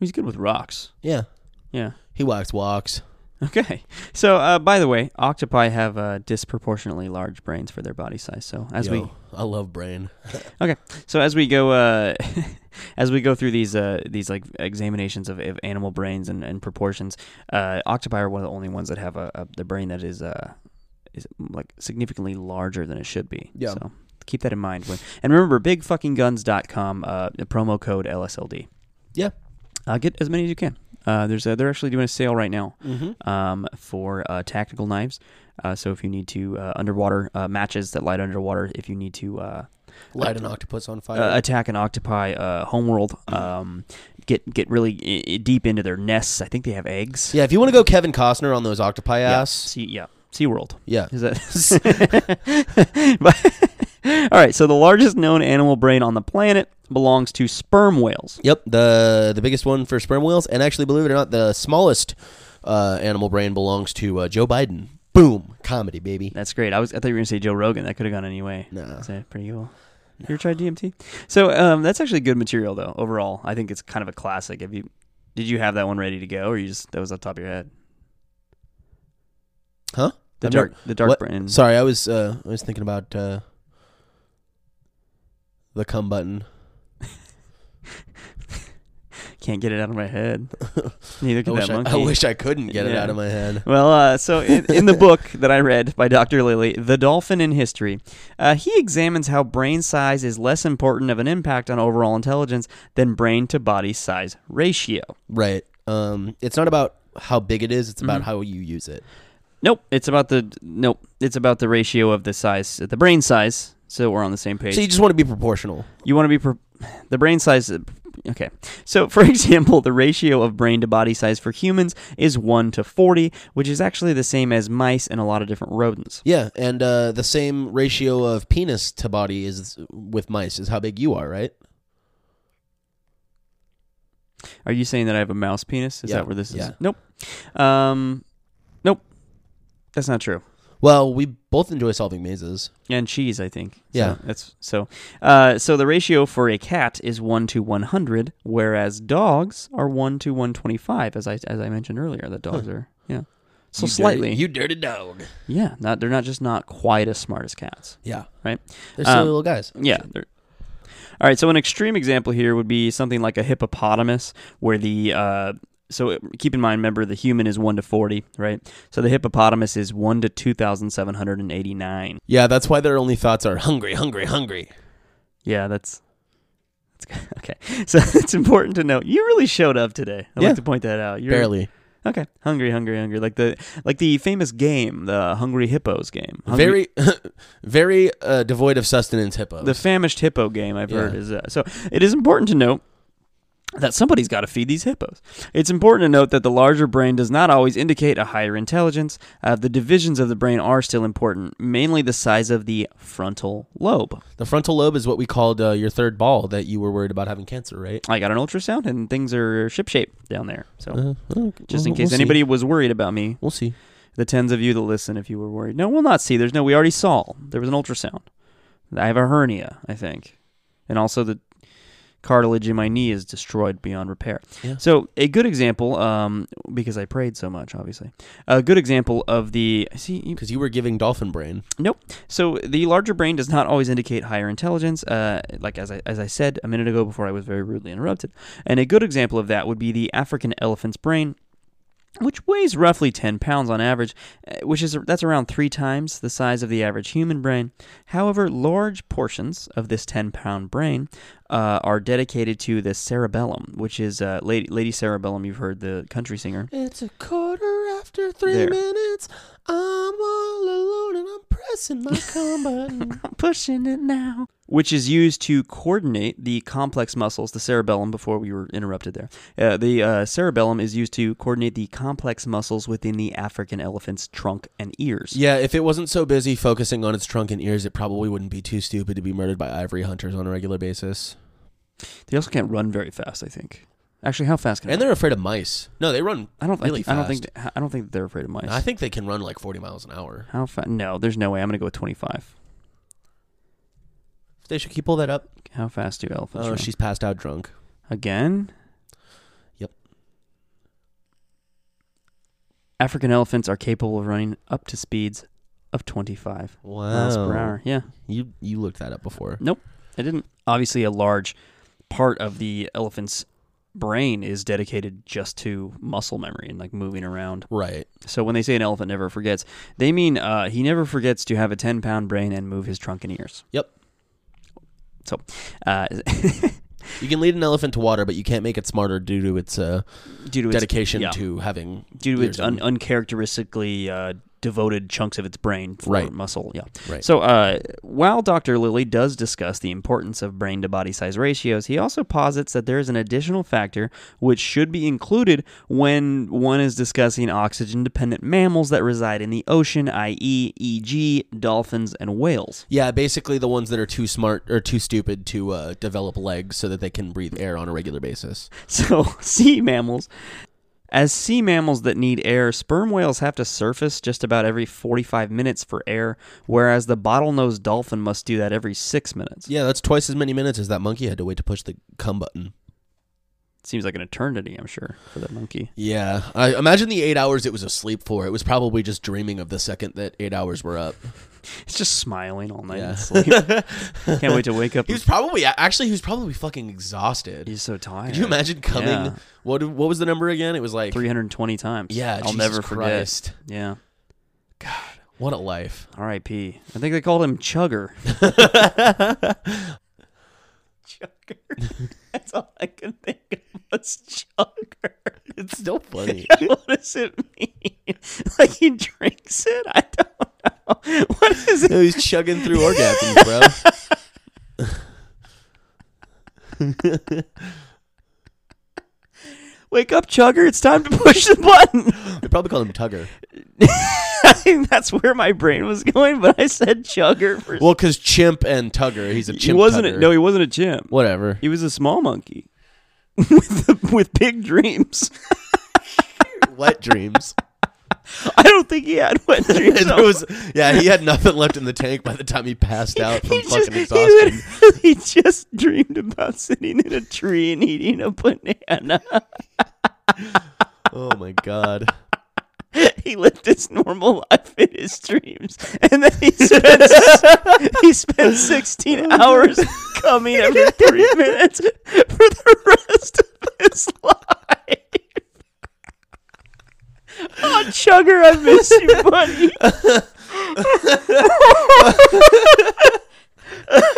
S2: He's good with rocks.
S1: Yeah,
S2: Yeah.
S1: he walks walks.
S2: Okay. So, uh, by the way, octopi have uh, disproportionately large brains for their body size. So, as
S1: Yo,
S2: we
S1: I love brain.
S2: Okay. So as we go, uh, as we go through these uh, these like examinations of, of animal brains and, and proportions, uh, octopi are one of the only ones that have a, a the brain that is uh, is like significantly larger than it should be.
S1: Yeah.
S2: So keep that in mind. When, and remember, bigfuckingguns.com, uh, the promo code LSLD.
S1: Yeah.
S2: Uh, get as many as you can. Uh, there's a, they're actually doing a sale right now um, for uh, tactical knives. Uh, so if you need to uh, underwater uh, matches that light underwater, if you need to uh,
S1: Light an octopus on fire.
S2: uh, attack an octopi uh, homeworld. Um, get get really i- i- deep into their nests. I think they have eggs.
S1: yeah, if you want to go Kevin Costner on those octopi ass.
S2: Sea, yeah. SeaWorld.
S1: Yeah.
S2: Is that? But- All right. So the largest known animal brain on the planet belongs to sperm whales.
S1: Yep, the the biggest one for sperm whales, and actually, believe it or not, the smallest uh, animal brain belongs to uh, Joe Biden. Boom, comedy baby.
S2: That's great. I was I thought you were gonna say Joe Rogan. That could have gone any way.
S1: Nah.
S2: Is that pretty cool? You ever tried DMT? So um, that's actually good material though. Overall, I think it's kind of a classic. Have you? Did you have that one ready to go, or you just that was off the top of your head?
S1: Huh?
S2: The
S1: I've
S2: dark,
S1: never-
S2: the dark
S1: what?
S2: brain.
S1: Sorry, I was uh, I was thinking about uh, the cum button.
S2: Can't get it out of my head. Neither
S1: I
S2: can
S1: wish
S2: that
S1: I,
S2: monkey.
S1: I wish I couldn't get it
S2: Yeah.
S1: out of my head.
S2: Well, uh, so in, in the book that I read by Dr. Lilly, The Dolphin in History, uh, he examines how brain size is less important of an impact on overall intelligence than brain to body size ratio.
S1: Right. Um, it's not about how big it is; it's
S2: Mm-hmm.
S1: about how you use it.
S2: Nope, it's about the nope, it's about the ratio of the size, the brain size. So we're on the same page.
S1: So you just want to be proportional.
S2: You want to be pro- the brain size. Okay. So, for example, the ratio of brain to body size for humans is 1 to 40, which is actually the same as mice and a lot of different rodents.
S1: Yeah, and uh, the same ratio of penis to body is with mice is how big you are, right?
S2: Are you saying that I have a mouse penis? Is
S1: Yeah.
S2: that where this is?
S1: Yeah.
S2: Nope. Um, nope. That's not true.
S1: Well, we both enjoy solving mazes.
S2: And cheese, I think. So
S1: Yeah.
S2: that's so. Uh, so the ratio for a cat is one to one hundred, whereas dogs are one to one twenty-five. As I as I mentioned earlier, that dogs are yeah. So slightly,
S1: You dirty dog.
S2: Yeah, not they're not just not quite as smart as cats,
S1: Yeah.
S2: right?
S1: They're silly
S2: Um,
S1: little guys.
S2: Yeah. they're- All right, so an extreme example here would be something like a hippopotamus, where the uh, so it- keep in mind, remember the human is one to forty, right? So the hippopotamus is one to two thousand seven hundred and eighty nine.
S1: Yeah, that's why their only thoughts are hungry, hungry, hungry.
S2: Yeah, that's that's good. okay. So it's important to note. You really showed up today. I
S1: Yeah.
S2: like to point that out. You're,
S1: Barely.
S2: okay. Hungry, hungry, hungry. Like the like the famous game, the Hungry Hippos game. Hungry-
S1: Very, very uh, devoid of sustenance hippos.
S2: the famished hippo game I've heard
S1: Yeah.
S2: is uh, so it is important to note that somebody's got to feed these hippos. It's important to note that the larger brain does not always indicate a higher intelligence. Uh, the divisions of the brain are still important, mainly the size of the frontal lobe.
S1: The frontal lobe is what we called uh, your third ball that you were worried about having cancer, right?
S2: I got an ultrasound and things are ship shape down there. So just in case anybody was worried about me,
S1: We'll see.
S2: the tens of you that listen, if you were worried, no, we'll not see. There's no. We already saw. There was an ultrasound. I have a hernia, I think, and also the cartilage in my knee is destroyed beyond repair.
S1: Yeah.
S2: So a good example, um, because I prayed so much, obviously, a good example of the see. You,
S1: Because you were giving dolphin brain.
S2: Nope. So the larger brain does not always indicate higher intelligence. Uh, like as I, as I said a minute ago before I was very rudely interrupted. And a good example of that would be the African elephant's brain, which weighs roughly 10 pounds on average, uh, which is that's around three times the size of the average human brain. However, large portions of this 10 pound brain uh, are dedicated to the cerebellum, which is uh, Lady, Lady Cerebellum. You've heard the country singer.
S1: It's a quarter after three
S2: There.
S1: minutes. I'm all alone and I'm pressing my cum button.
S2: I'm pushing it now. Which is used to coordinate the complex muscles, the cerebellum, before we were interrupted there. Uh, the uh, cerebellum is used to coordinate the complex muscles within the African elephant's trunk and ears.
S1: yeah, if it wasn't so busy focusing on its trunk and ears, it probably wouldn't be too stupid to be murdered by ivory hunters on a regular basis.
S2: They also can't run very fast, I think. Actually, how fast can
S1: And they're afraid of mice. No, they run
S2: I don't.
S1: really
S2: I, don't think.
S1: fast.
S2: I don't think they're afraid of mice.
S1: I think they can run like 40 miles an hour.
S2: how fast? No, there's no way. I'm gonna go with 25.
S1: They should keep all that up.
S2: How fast do elephants
S1: Oh,
S2: run?
S1: she's passed out drunk.
S2: Again?
S1: Yep.
S2: African elephants are capable of running up to speeds of 25
S1: Wow.
S2: miles per hour. Yeah.
S1: You you looked that up before.
S2: Nope. I didn't. Obviously, a large part of the elephant's brain is dedicated just to muscle memory and like moving around.
S1: Right.
S2: So when they say an elephant never forgets, they mean uh, he never forgets to have a 10 pound brain and move his trunk and ears.
S1: Yep.
S2: So, uh,
S1: You can lead an elephant to water, but you can't make it smarter due to its uh,
S2: due to its-
S1: dedication
S2: yeah.
S1: to having
S2: due to
S1: ears
S2: its un-
S1: and-
S2: uncharacteristically uh, devoted chunks of its brain for
S1: Right.
S2: muscle. Yeah.
S1: Right.
S2: So uh, while Dr. Lilly does discuss the importance of brain to body size ratios, he also posits that there is an additional factor which should be included when one is discussing oxygen dependent mammals that reside in the ocean, i.e., e.g., dolphins and whales.
S1: yeah, basically the ones that are too smart or too stupid to uh, develop legs so that they can breathe air on a regular basis.
S2: So, sea mammals. As sea mammals that need air, sperm whales have to surface just about every 45 minutes for air, whereas the bottlenose dolphin must do that every six minutes.
S1: Yeah, that's twice as many minutes as that monkey had to wait to push the cum button.
S2: Seems like an eternity, I'm sure, for that monkey.
S1: Yeah, I imagine the eight hours it was asleep for. It was probably just dreaming of the second that eight hours were up.
S2: It's just smiling all night
S1: Yeah.
S2: in its sleep. Can't wait to wake up.
S1: He was probably actually he was probably fucking exhausted.
S2: He's so tired.
S1: Could you imagine coming?
S2: Yeah.
S1: What what was the number again? It was like
S2: 320 times.
S1: Yeah,
S2: I'll
S1: Jesus
S2: never forget.
S1: Christ.
S2: Yeah.
S1: What a life.
S2: R.I.P. I think they called him Chugger. Chugger. That's all I can think of was Chugger.
S1: It's still funny.
S2: what does it mean? Like he drinks it? I don't know. What is it?
S1: No, Oh, he's chugging through orgasms, bro.
S2: Wake up, Chugger! It's time to push the button.
S1: They probably call him Tugger.
S2: I think that's where my brain was going, but I said Chugger. For
S1: Well, because chimp and Tugger, he's a
S2: he
S1: chimp.
S2: wasn't. A,
S1: Tugger.
S2: no, he wasn't a chimp.
S1: whatever.
S2: He was a small monkey with with big dreams.
S1: Wet dreams.
S2: I don't think he had wet dreams.
S1: There was, yeah, he had nothing left in the tank by the time he passed out from
S2: he
S1: fucking
S2: just, he
S1: exhaustion.
S2: literally just dreamed about sitting in a tree and eating a banana.
S1: Oh my god.
S2: he lived his normal life in his dreams, and then he spent he spent
S1: Oh
S2: sixteen hours coming every three minutes for the rest of his life. Peter, I miss you,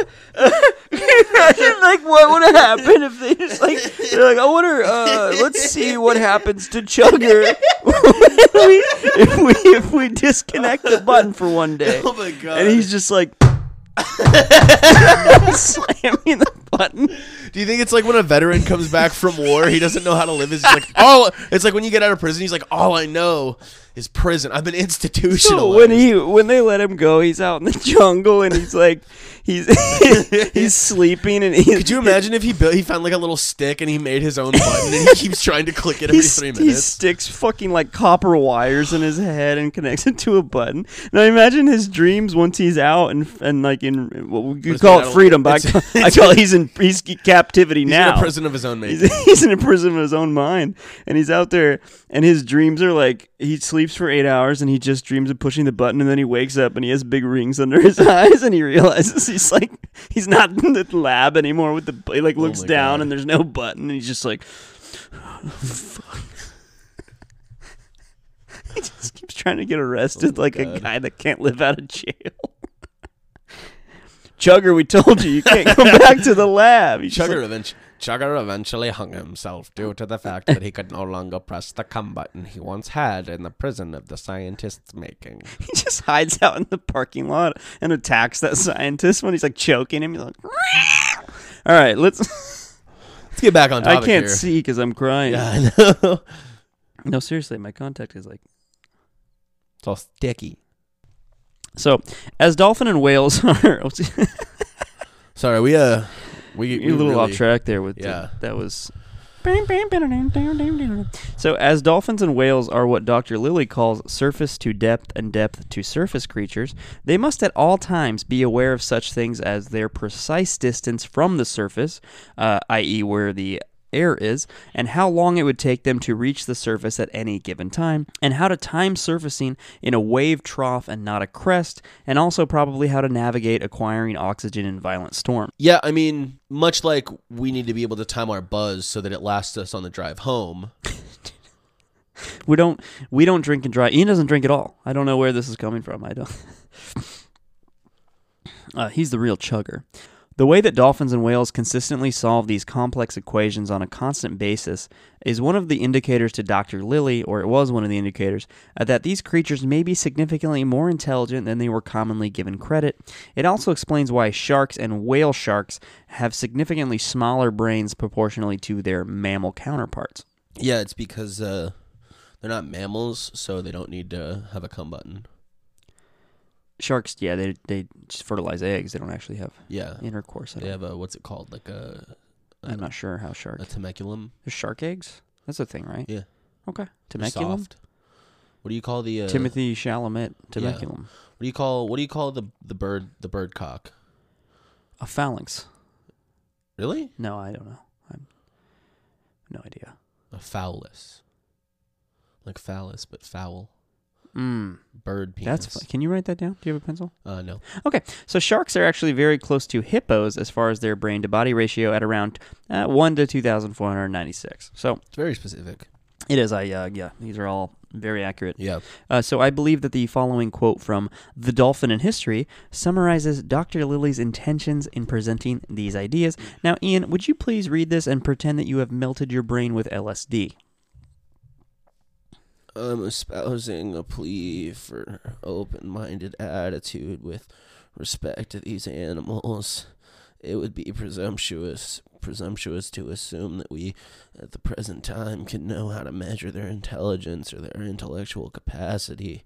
S2: buddy. Imagine like what would have happened if they just like they're like I wonder uh, let's see what happens to Chugger if we if we if we disconnect the button for one day
S1: Oh my god!
S2: and he's just like slamming the button
S1: Do you think it's like when a veteran comes back from war, he doesn't know how to live? He's just like, all it's like when you get out of prison, he's like, all I know is prison. I've been
S2: So
S1: institutionalized.
S2: when he when they let him go, he's out in the jungle and he's like he's he's sleeping and he's
S1: Could you imagine if he built? He found like a little stick and he made his own button, and he keeps trying to click it every
S2: he,
S1: three
S2: st- he
S1: minutes.
S2: sticks fucking like copper wires in his head and connects it to a button. Now imagine his dreams once he's out and and like in what we could
S1: it's
S2: call
S1: not
S2: it
S1: a-
S2: freedom, but I
S1: it's-
S2: call, I call it he's in he's in captivity
S1: He's
S2: now.
S1: in a prison of his own making.
S2: He's, he's in a prison of his own mind, and he's out there, and his dreams are like he sleeps for eight hours, and he just dreams of pushing the button, and then he wakes up, and he has big rings under his eyes, and he realizes he's like he's not in the lab anymore with the bu- he like looks
S1: Oh my
S2: down,
S1: God.
S2: and there's no button, and he's just like. he just keeps trying to get arrested
S1: Oh
S2: like a guy that can't live out of jail. Chugger, we told you you can't come back to the lab. He's just
S1: Chugger, eventually, Chugger eventually hung himself due to the fact that he could no longer press the cum button he once had in the prison of the scientist's making.
S2: he just hides out in the parking lot and attacks that scientist when he's like choking him. He's like, "Meow." all right, let's.
S1: Let's get back on
S2: I
S1: topic
S2: can't
S1: here.
S2: see because I'm crying.
S1: Yeah, I know.
S2: No, seriously, my contact is like.
S1: It's all sticky.
S2: So, as dolphin and whales are, oh, I was-
S1: Sorry, we uh, we
S2: you're a little off track there with the-
S1: yeah.
S2: that was. So, as dolphins and whales are what Dr. Lilly calls surface to depth and depth to surface creatures, they must at all times be aware of such things as their precise distance from the surface, uh, i.e., where the air is, and how long it would take them to reach the surface at any given time, and how to time surfacing in a wave trough and not a crest, and also probably how to navigate acquiring oxygen in violent storms.
S1: Yeah, I mean, much like we need to be able to time our buzz so that it lasts us on the drive home.
S2: We don't we don't drink and drive. Ian doesn't drink at all. I don't know where this is coming from. I don't. Uh, he's the real chugger. The way that dolphins and whales consistently solve these complex equations on a constant basis is one of the indicators to Dr. Lilly, or it was one of the indicators, uh, that these creatures may be significantly more intelligent than they were commonly given credit. It also explains why sharks and whale sharks have significantly smaller brains proportionally to their mammal counterparts.
S1: Yeah, it's because uh, they're not mammals, so they don't need to have a cum button.
S2: sharks yeah they they just fertilize eggs they don't actually have
S1: Yeah,
S2: intercourse I
S1: they
S2: don't,
S1: have a what's it called, like a
S2: i'm not sure how shark
S1: a temeculum.
S2: there's shark eggs that's a thing right
S1: Yeah.
S2: okay
S1: They're
S2: temeculum
S1: soft. What do you call the uh,
S2: timothy chalamet temeculum
S1: What do you call what do you call the the bird the bird cock?
S2: a phalanx
S1: Really?
S2: no i don't know i'm no idea
S1: A phallus. Like phallus, but foul.
S2: mm,
S1: Bird penis.
S2: that's fu- can you write that down do you have a pencil
S1: uh, no.
S2: Okay, so sharks are actually very close to hippos as far as their brain to body ratio at around uh, 1 to 2,496. So
S1: It's very specific.
S2: it is, I uh, yeah, these are all very accurate.
S1: Yeah.
S2: Uh, so I believe that the following quote from The Dolphin in History summarizes Dr. Lilly's intentions in presenting these ideas. Now, Ian, would you please read this and pretend that you have melted your brain with LSD?
S1: I'm espousing a plea for open minded attitude with respect to these animals. It would be presumptuous presumptuous to assume that we at the present time can know how to measure their intelligence or their intellectual capacity.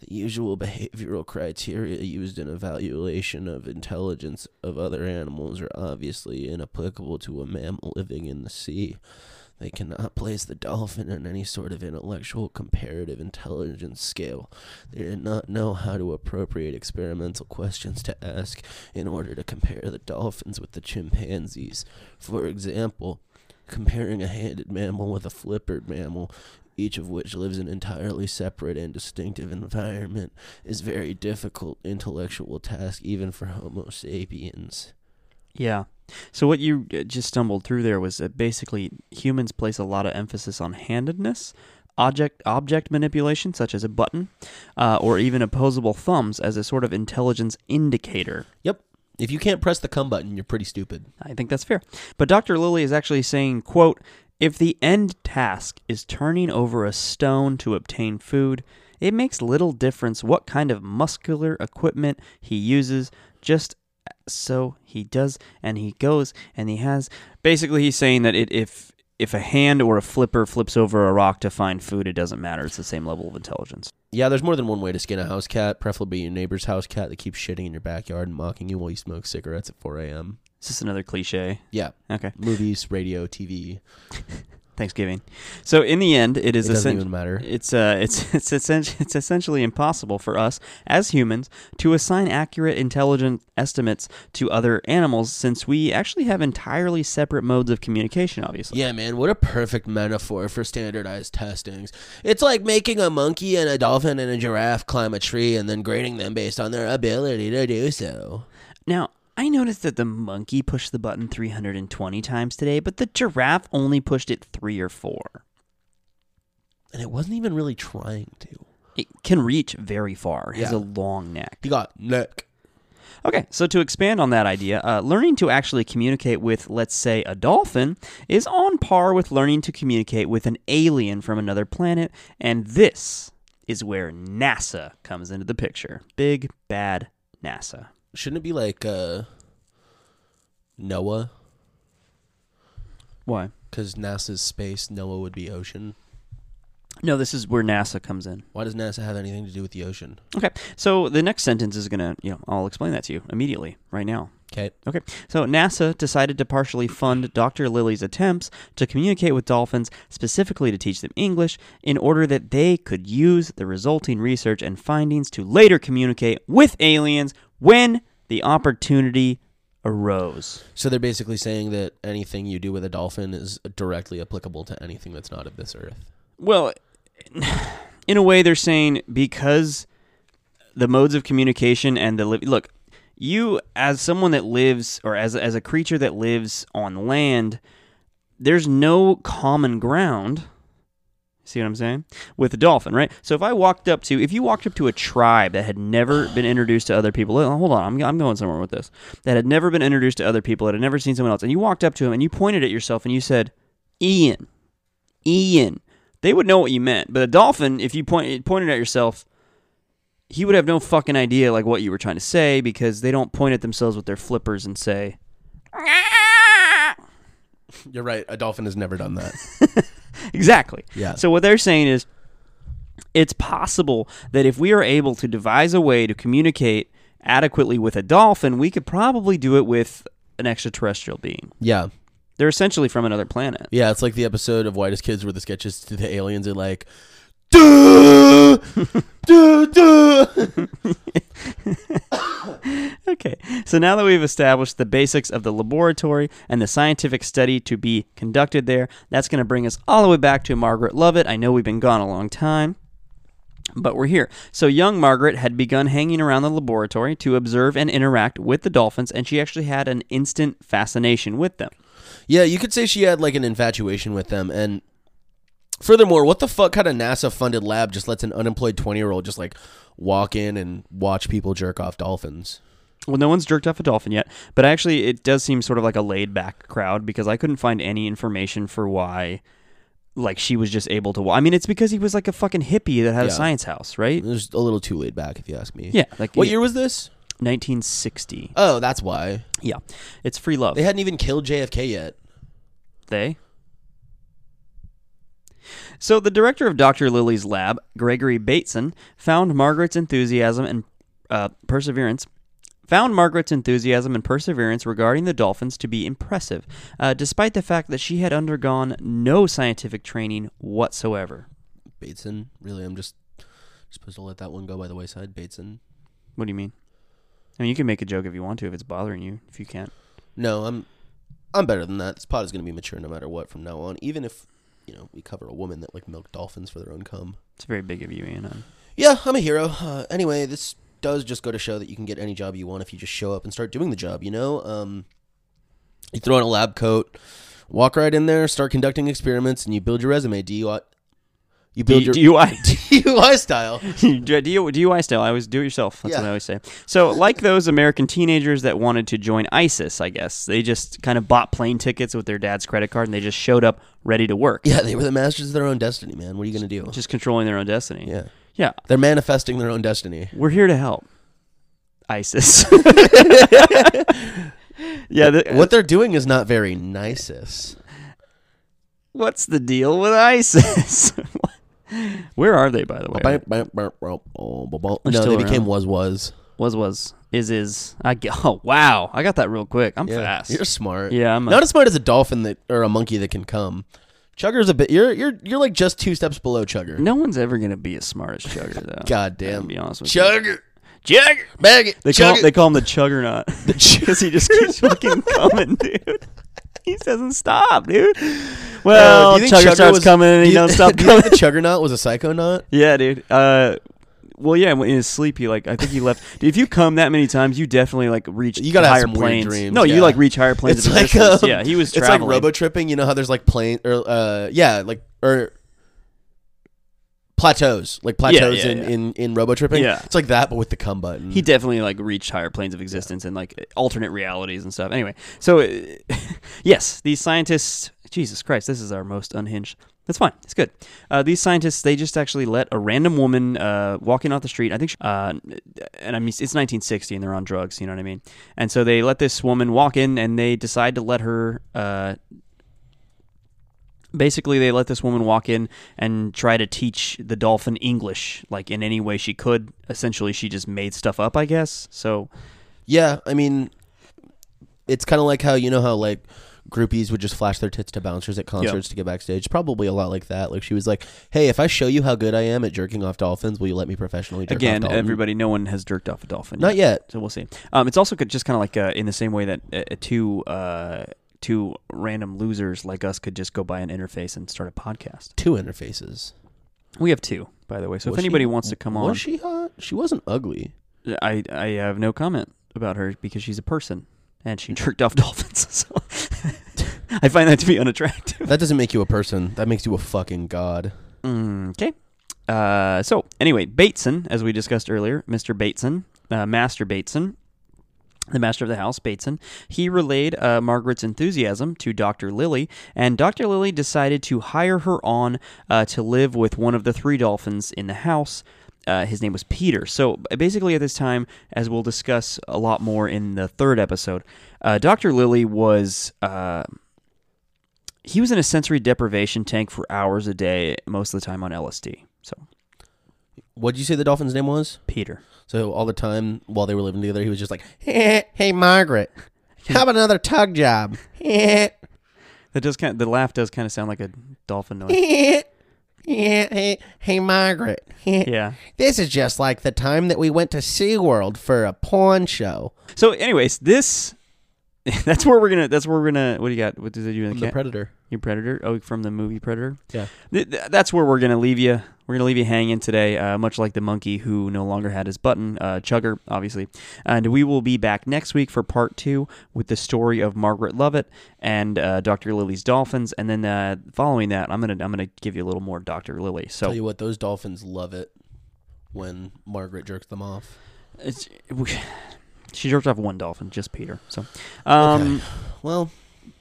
S1: The usual behavioral criteria used in evaluation of intelligence of other animals are obviously inapplicable to a mammal living in the sea. They cannot place the dolphin on any sort of intellectual comparative intelligence scale. They did not know how to appropriate experimental questions to ask in order to compare the dolphins with the chimpanzees. For example, comparing a handed mammal with a flippered mammal, each of which lives an entirely separate and distinctive environment, is very difficult intellectual task even for Homo sapiens.
S2: Yeah. So what you uh, just stumbled through there was that basically humans place a lot of emphasis on handedness, object object manipulation, such as a button, uh, or even opposable thumbs as a sort of intelligence indicator.
S1: Yep. If you can't press the come button, you're pretty stupid.
S2: I think that's fair. But Dr. Lilly is actually saying, quote, if the end task is turning over a stone to obtain food, it makes little difference what kind of muscular equipment he uses, just so he does and he goes and he has. Basically, he's saying that it, if if a hand or a flipper flips over a rock to find food, it doesn't matter. It's the same level of intelligence.
S1: Yeah, there's more than one way to skin a house cat, preferably your neighbor's house cat that keeps shitting in your backyard and mocking you while you smoke cigarettes at 4 a.m.
S2: Is this another cliche?
S1: Yeah.
S2: Okay.
S1: Movies, radio, TV.
S2: Thanksgiving. So in the end, it is
S1: It doesn't
S2: essen-
S1: even matter.
S2: It's uh, it's it's essentially it's essentially impossible for us as humans to assign accurate intelligent estimates to other animals since we actually have entirely separate modes of communication. Obviously,
S1: Yeah, man, what a perfect metaphor for standardized testings. It's like making a monkey and a dolphin and a giraffe climb a tree and then grading them based on their ability to do so.
S2: Now I noticed that the monkey pushed the button 320 times today, but the giraffe only pushed it three or four.
S1: And it wasn't even really trying to.
S2: It can reach very far. It has
S1: Yeah.
S2: a long neck.
S1: He got neck.
S2: Okay, so to expand on that idea, uh, learning to actually communicate with, let's say, a dolphin is on par with learning to communicate with an alien from another planet, and this is where NASA comes into the picture. Big bad NASA.
S1: Shouldn't it be like uh, Noah?
S2: Why?
S1: Because NASA's space, Noah would be ocean.
S2: No, this is where NASA comes in.
S1: Why does NASA have anything to do with the ocean?
S2: Okay, so the next sentence is gonna, you know, I'll explain that to you immediately, right now.
S1: Okay.
S2: Okay, so NASA decided to partially fund Dr. Lilly's attempts to communicate with dolphins, specifically to teach them English, in order that they could use the resulting research and findings to later communicate with aliens when the opportunity arose.
S1: So they're basically saying that anything you do with a dolphin is directly applicable to anything that's not of this earth.
S2: Well, in a way, they're saying because the modes of communication and the li- look, you as someone that lives or as as a creature that lives on land, there's no common ground. See what I'm saying? With a dolphin, right? So if I walked up to, if you walked up to a tribe that had never been introduced to other people, oh, hold on, I'm, I'm going somewhere with this, that had never been introduced to other people, that had never seen someone else, and you walked up to him and you pointed at yourself and you said, Ian, Ian. They would know what you meant. But a dolphin, if you point, pointed at yourself, he would have no fucking idea like what you were trying to say because they don't point at themselves with their flippers and say,
S1: You're right. A dolphin has never done that.
S2: Exactly.
S1: Yeah.
S2: So what they're saying is it's possible that if we are able to devise a way to communicate adequately with a dolphin, we could probably do it with an extraterrestrial being.
S1: yeah.
S2: They're essentially from another planet.
S1: Yeah, it's like the episode of Whitest Kids where the sketches to the aliens are like, duh, duh, duh.
S2: Okay, so now that we've established the basics of the laboratory and the scientific study to be conducted there, that's going to bring us all the way back to Margaret Lovett. I know we've been gone a long time, but we're here. So young Margaret had begun hanging around the laboratory to observe and interact with the dolphins, and she actually had an instant fascination with them.
S1: Yeah, you could say she had like an infatuation with them. And furthermore, what the fuck kind of NASA funded lab just lets an unemployed 20 year old just like walk in and watch people jerk off dolphins?
S2: Well, no one's jerked off a dolphin yet, but actually, it does seem sort of like a laid back crowd because I couldn't find any information for why. Like she was just able to. wa- I mean, it's because he was like a fucking hippie that had a
S1: Yeah.
S2: science house, right?
S1: It was a little too laid back, if you ask me.
S2: Yeah, like
S1: What year was this?
S2: 1960.
S1: Oh, that's why.
S2: Yeah, it's free love.
S1: They hadn't even killed JFK yet.
S2: They? So the director of Dr. Lilly's lab, Gregory Bateson, found Margaret's enthusiasm and uh, perseverance. Found Margaret's enthusiasm and perseverance regarding the dolphins to be impressive, uh, despite the fact that she had undergone no scientific training whatsoever.
S1: Bateson. Really, I'm just supposed to let that one go by the wayside. Bateson.
S2: What do you mean? I mean, you can make a joke if you want to, if it's bothering you. If you can't,
S1: No, I'm I'm better than that. This pod is going to be mature no matter what from now on, even if, you know, we cover a woman that like milked dolphins for their own cum.
S2: it's very big of you, Ian. I'm-
S1: Yeah, I'm a hero. Uh, anyway, this does just go to show that you can get any job you want if you just show up and start doing the job, you know? Um you throw on a lab coat, walk right in there, start conducting experiments and you build your resume. Do you You build your
S2: DUI.
S1: DUI style.
S2: DUI, DUI style. I always do it yourself. That's
S1: Yeah.
S2: what I always say. So, like those American teenagers that wanted to join ISIS, I guess they just kind of bought plane tickets with their dad's credit card and they just showed up ready to work,
S1: Yeah, they were the masters of their own destiny, man. What are you gonna do?
S2: just controlling their own destiny.
S1: Yeah.
S2: yeah.
S1: They're manifesting their own destiny.
S2: We're here to help. ISIS. yeah. The,
S1: What they're doing is not very nicest.
S2: What's the deal with ISIS? Where are they, by the way?
S1: Bam, bam, bam, bam, oh, bam, bam.
S2: They're
S1: No,
S2: still
S1: they became
S2: around.
S1: was was.
S2: Was was is is. I g- oh wow, I got that real quick. I'm
S1: Yeah,
S2: fast.
S1: you're smart.
S2: Yeah, I'm a-
S1: not as smart as a dolphin that or a monkey that can come. Chugger's a bit. You're you're you're like just two steps below Chugger.
S2: No one's ever gonna be as smart as Chugger though.
S1: God
S2: I'm
S1: damn.
S2: gonna be honest with you.
S1: Chugger,
S2: Chugger.
S1: bag it.
S2: They
S1: chug
S2: call,
S1: it.
S2: they call him the Chuggernaut because he just keeps fucking coming, dude. He doesn't stop, dude. Well,
S1: Uh, do you think
S2: Chugger, starts
S1: was-
S2: coming and
S1: do
S2: he
S1: you-
S2: don't stop
S1: Do you
S2: coming.
S1: think the Chuggernaut was a psychonaut?
S2: yeah, dude. Uh, well, yeah. In his sleep, he like I think he left. Dude, if you come that many times, you definitely like reach
S1: You gotta have
S2: higher
S1: some weird
S2: planes.
S1: dreams,
S2: no, you
S1: yeah.
S2: like reach higher planes. of existence. yeah, he was
S1: um, It's
S2: traveling.
S1: like robo tripping. You know how there's like plane or uh yeah like or plateaus like plateaus
S2: yeah,
S1: in,
S2: yeah.
S1: in in robo tripping.
S2: Yeah.
S1: it's like that but with the cum button.
S2: he definitely like reached higher planes of existence and like alternate realities and stuff. Anyway, so uh, yes, these scientists. Jesus Christ, this is our most unhinged. That's fine. It's good. Uh, these scientists, they just actually let a random woman uh, walking off the street. I think, she, uh, and I mean, it's 1960 and they're on drugs. You know what I mean? And so they let this woman walk in, and they decide to let her uh, basically they let this woman walk in and try to teach the dolphin english like in any way she could essentially she just made stuff up i guess so
S1: yeah, I mean, it's kind of like how you know how like groupies would just flash their tits to bouncers at concerts to get backstage. Probably a lot like that. Like she was like, "Hey, if I show you how good I am at jerking off dolphins, will you let me professionally jerk off
S2: again
S1: dolphins?"
S2: everybody no one has jerked off a dolphin
S1: Not yet.
S2: so we'll see um, it's also could- just kind of like uh, in the same way that uh, uh, two uh, two random losers like us could just go buy an interface and start a podcast
S1: Two interfaces.
S2: we have two by the way so if
S1: Was she-
S2: anybody wants to come on
S1: Was she hot? She wasn't ugly.
S2: I, I have no comment about her because she's a person and she jerked off dolphins so i find that to be unattractive
S1: That doesn't make you a person. That makes you a fucking god.
S2: Mm, Okay. Uh, so anyway, Bateson, as we discussed earlier, Mr. Bateson, uh, Master Bateson, the master of the house, Bateson, he relayed uh, Margaret's enthusiasm to Dr. Lilly, and Dr. Lilly decided to hire her on uh, to live with one of the three dolphins in the house. Uh, his name was Peter. So b- basically, at this time, as we'll discuss a lot more in the third episode, uh, Dr. Lilly was. Uh, he was in a sensory deprivation tank for hours a day, most of the time on LSD. So
S1: What did you say the dolphin's name was?
S2: Peter,
S1: So all the time while they were living together, he was just like, "Hey, Margaret, how about another tug job?" yeah,
S2: that does kind. Of, the laugh does kind of sound like a dolphin noise.
S1: hey, hey, Margaret.
S2: yeah.
S1: This is just like the time that we went to SeaWorld for a porn show.
S2: So, anyways, this. That's where we're gonna. That's where we're gonna. What do you got? What does it do? in The cat?
S1: Predator.
S2: Your Predator? Oh, from the movie Predator?
S1: Yeah.
S2: Th- th- that's where we're going to leave you. We're going to leave you hanging today, uh, much like the monkey who no longer had his button, uh, Chugger, obviously. And we will be back next week for part two with the story of Margaret Lovett and uh, Dr. Lily's dolphins. And then uh, following that, I'm going to I'm gonna give you a little more Dr. Lily.
S1: Tell
S2: So
S1: you what, those dolphins love it when Margaret jerks them off.
S2: it's, she jerked off one dolphin, just Peter. So. Um,
S1: Well,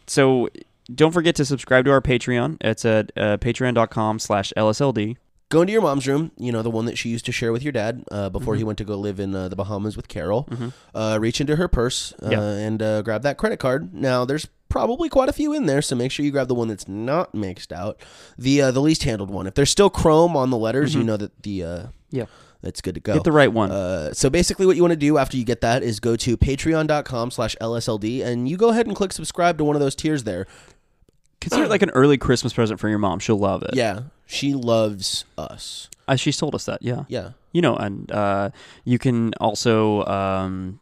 S2: So don't forget to subscribe to our Patreon. It's at uh, patreon.com slash LSLD.
S1: go into your mom's room, you know, the one that she used to share with your dad uh, before he went to go live in uh, the Bahamas with Carol. Uh, reach into her purse uh,
S2: Yeah.
S1: and uh, grab that credit card. Now, there's probably quite a few in there, so make sure you grab the one that's not mixed out, the uh, the least handled one. If there's still chrome on the letters, you know that the uh,
S2: Mm-hmm. Yeah.
S1: that's good to go.
S2: Get the right one.
S1: Uh, so basically what you want to do after you get that is go to patreon.com slash lsld and you go ahead and click subscribe to one of those tiers there
S2: Consider it like an early Christmas present for your mom. She'll love it.
S1: yeah she loves us
S2: Uh, she's told us that. Yeah.
S1: yeah
S2: You know, and uh, you can also. Um,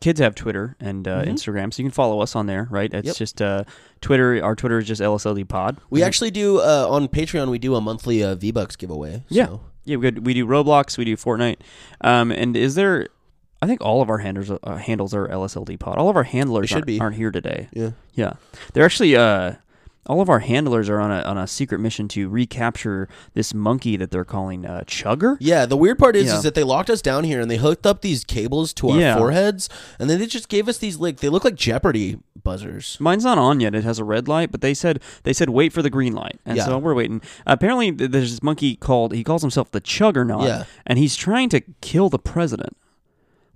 S2: Kids have Twitter and uh, Instagram, so you can follow us on there, right? It's
S1: Mm-hmm. Yep.
S2: just uh, Twitter. Our Twitter is just LSLD Pod.
S1: we actually do uh, on patreon we do a monthly uh, v-bucks giveaway
S2: yeah,
S1: so.
S2: yeah. We, we do Roblox, we do Fortnite, um, and is there? I think all of our handlers uh, handles are LSLD Pod. All of our handlers
S1: should
S2: aren't,
S1: be.
S2: aren't here today.
S1: yeah
S2: Yeah, they're actually. Uh, All of our handlers are on a, on a secret mission to recapture this monkey that they're calling uh, Chugger.
S1: Yeah, the weird part is,
S2: Yeah.
S1: is that they locked us down here and they hooked up these cables to our
S2: Yeah.
S1: foreheads, and then they just gave us these like they look like Jeopardy buzzers.
S2: Mine's not on yet. It has a red light, but they said they said wait for the green light, and
S1: Yeah.
S2: so we're waiting. Apparently, th- there's this monkey called he calls himself the Chuggernaut,
S1: Yeah.
S2: and he's trying to kill the president,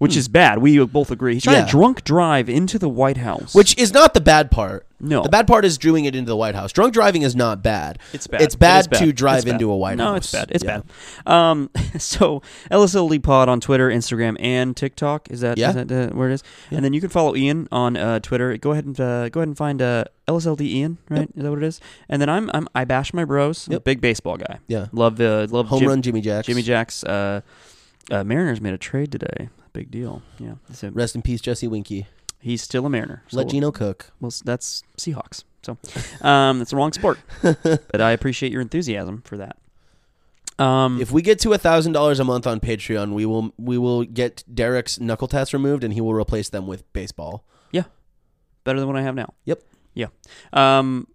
S2: which is bad. We both agree. He's trying
S1: Hmm. Yeah.
S2: to drunk drive into the White House,
S1: Which is not the bad part.
S2: No.
S1: The bad part is doing it into the White House. Drunk driving is not bad.
S2: It's bad.
S1: It's
S2: It
S1: bad,
S2: is bad.
S1: to drive
S2: It's bad.
S1: into a White House.
S2: No, it's bad. It's
S1: Yeah.
S2: bad. Um, so LSLD Pod on Twitter, Instagram, and TikTok. Is that is
S1: Yeah.
S2: that uh, where it is? And then you can follow Ian on uh, Twitter. Go ahead and uh, go ahead and find uh, LSLD Ian. Right? Is that what it is? And then I'm, I'm I bash my bros. I'm a
S1: Yep.
S2: Big baseball guy.
S1: Yeah.
S2: Love the love
S1: Home
S2: Jim-
S1: run, Jimmy Jacks.
S2: Jimmy Jacks. Uh, uh, Mariners made a trade today. Big deal. Yeah. So
S1: Rest in peace, Jesse Winky.
S2: he's still a Mariner. So
S1: Let Gino cook.
S2: well, s- that's Seahawks. So um, that's the wrong sport. but I appreciate your enthusiasm for that. Um,
S1: If we get to a thousand dollars a month on Patreon, we will we will get Derek's knuckle tats removed, and he will replace them with baseball.
S2: yeah, better than what I have now.
S1: Yep.
S2: Yeah. Um,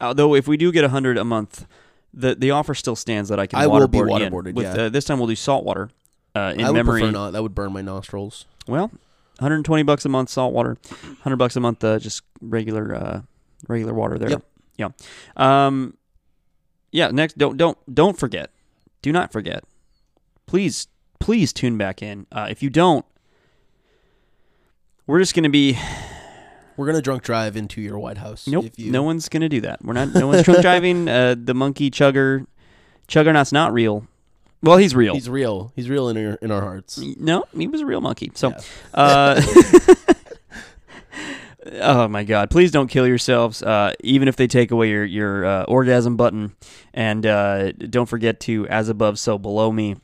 S2: although if we do get a hundred a month, the the offer still stands that I can.
S1: I will be
S2: waterboard Ian
S1: waterboarded,
S2: With,
S1: yeah.
S2: uh, this time we'll do saltwater. Uh, in
S1: I would
S2: memory,
S1: prefer not. That would burn my nostrils.
S2: Well, 120 bucks a month saltwater, 100 bucks a month uh, just regular uh, regular water there.
S1: Yep.
S2: Yeah. Um yeah, next don't don't don't forget. Do not forget. Please please tune back in. Uh, if you don't we're just going to be
S1: We're gonna drunk drive into your White House.
S2: nope.
S1: If you,
S2: No one's going to do that. We're not no one's drunk driving uh, the monkey chugger chuggernaut's not real. Well, he's real.
S1: he's real. He's real in our in our hearts.
S2: No, he was a real monkey. So, uh, oh my God! Please don't kill yourselves. Uh, even if they take away your your uh, orgasm button, and uh, don't forget to as above, so below me.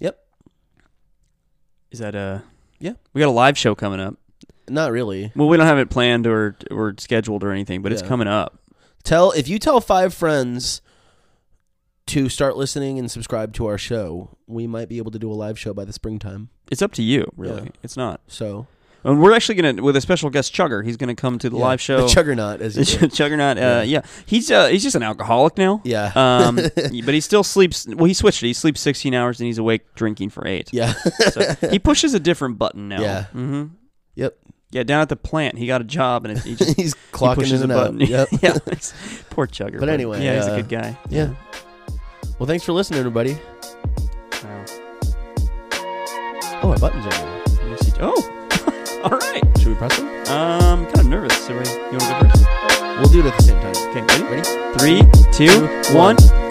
S1: Yep.
S2: Is that a
S1: Yeah.
S2: We got a live show coming up.
S1: Not really.
S2: Well, we don't have it planned or or scheduled or anything, but it's
S1: Yeah.
S2: coming up.
S1: Tell if you tell five friends to start listening and subscribe to our show, we might be able to do a live show by the springtime.
S2: It's up to you, really.
S1: Yeah.
S2: It's not.
S1: So
S2: And we're actually gonna with a special guest, Chugger. He's gonna come to the
S1: yeah.
S2: live show.
S1: the Chuggernaut, as you say.
S2: Juggernaut. Uh, yeah. he's uh, he's just an alcoholic now.
S1: Yeah.
S2: um, but he still sleeps. Well, he switched it. He sleeps 16 hours and he's awake drinking for eight.
S1: yeah,
S2: So he pushes a different button now.
S1: Yeah.
S2: hmm
S1: yep.
S2: Yeah. Down at the plant, he got a job and it, he just
S1: He's
S2: he
S1: clocking
S2: pushes
S1: in and
S2: a
S1: out.
S2: button.
S1: Yep.
S2: yeah. it's- Poor Chugger.
S1: But anyway,
S2: yeah, he's
S1: uh,
S2: a good guy.
S1: Yeah. Well, thanks for listening, everybody. Oh, my buttons are. moving.
S2: Oh. All right.
S1: Should we press them?
S2: Um, kind of nervous. So wait, you want to go first?
S1: We'll do it at the same time.
S2: Okay. Ready?
S1: Ready?
S2: Three, two, one.
S1: One.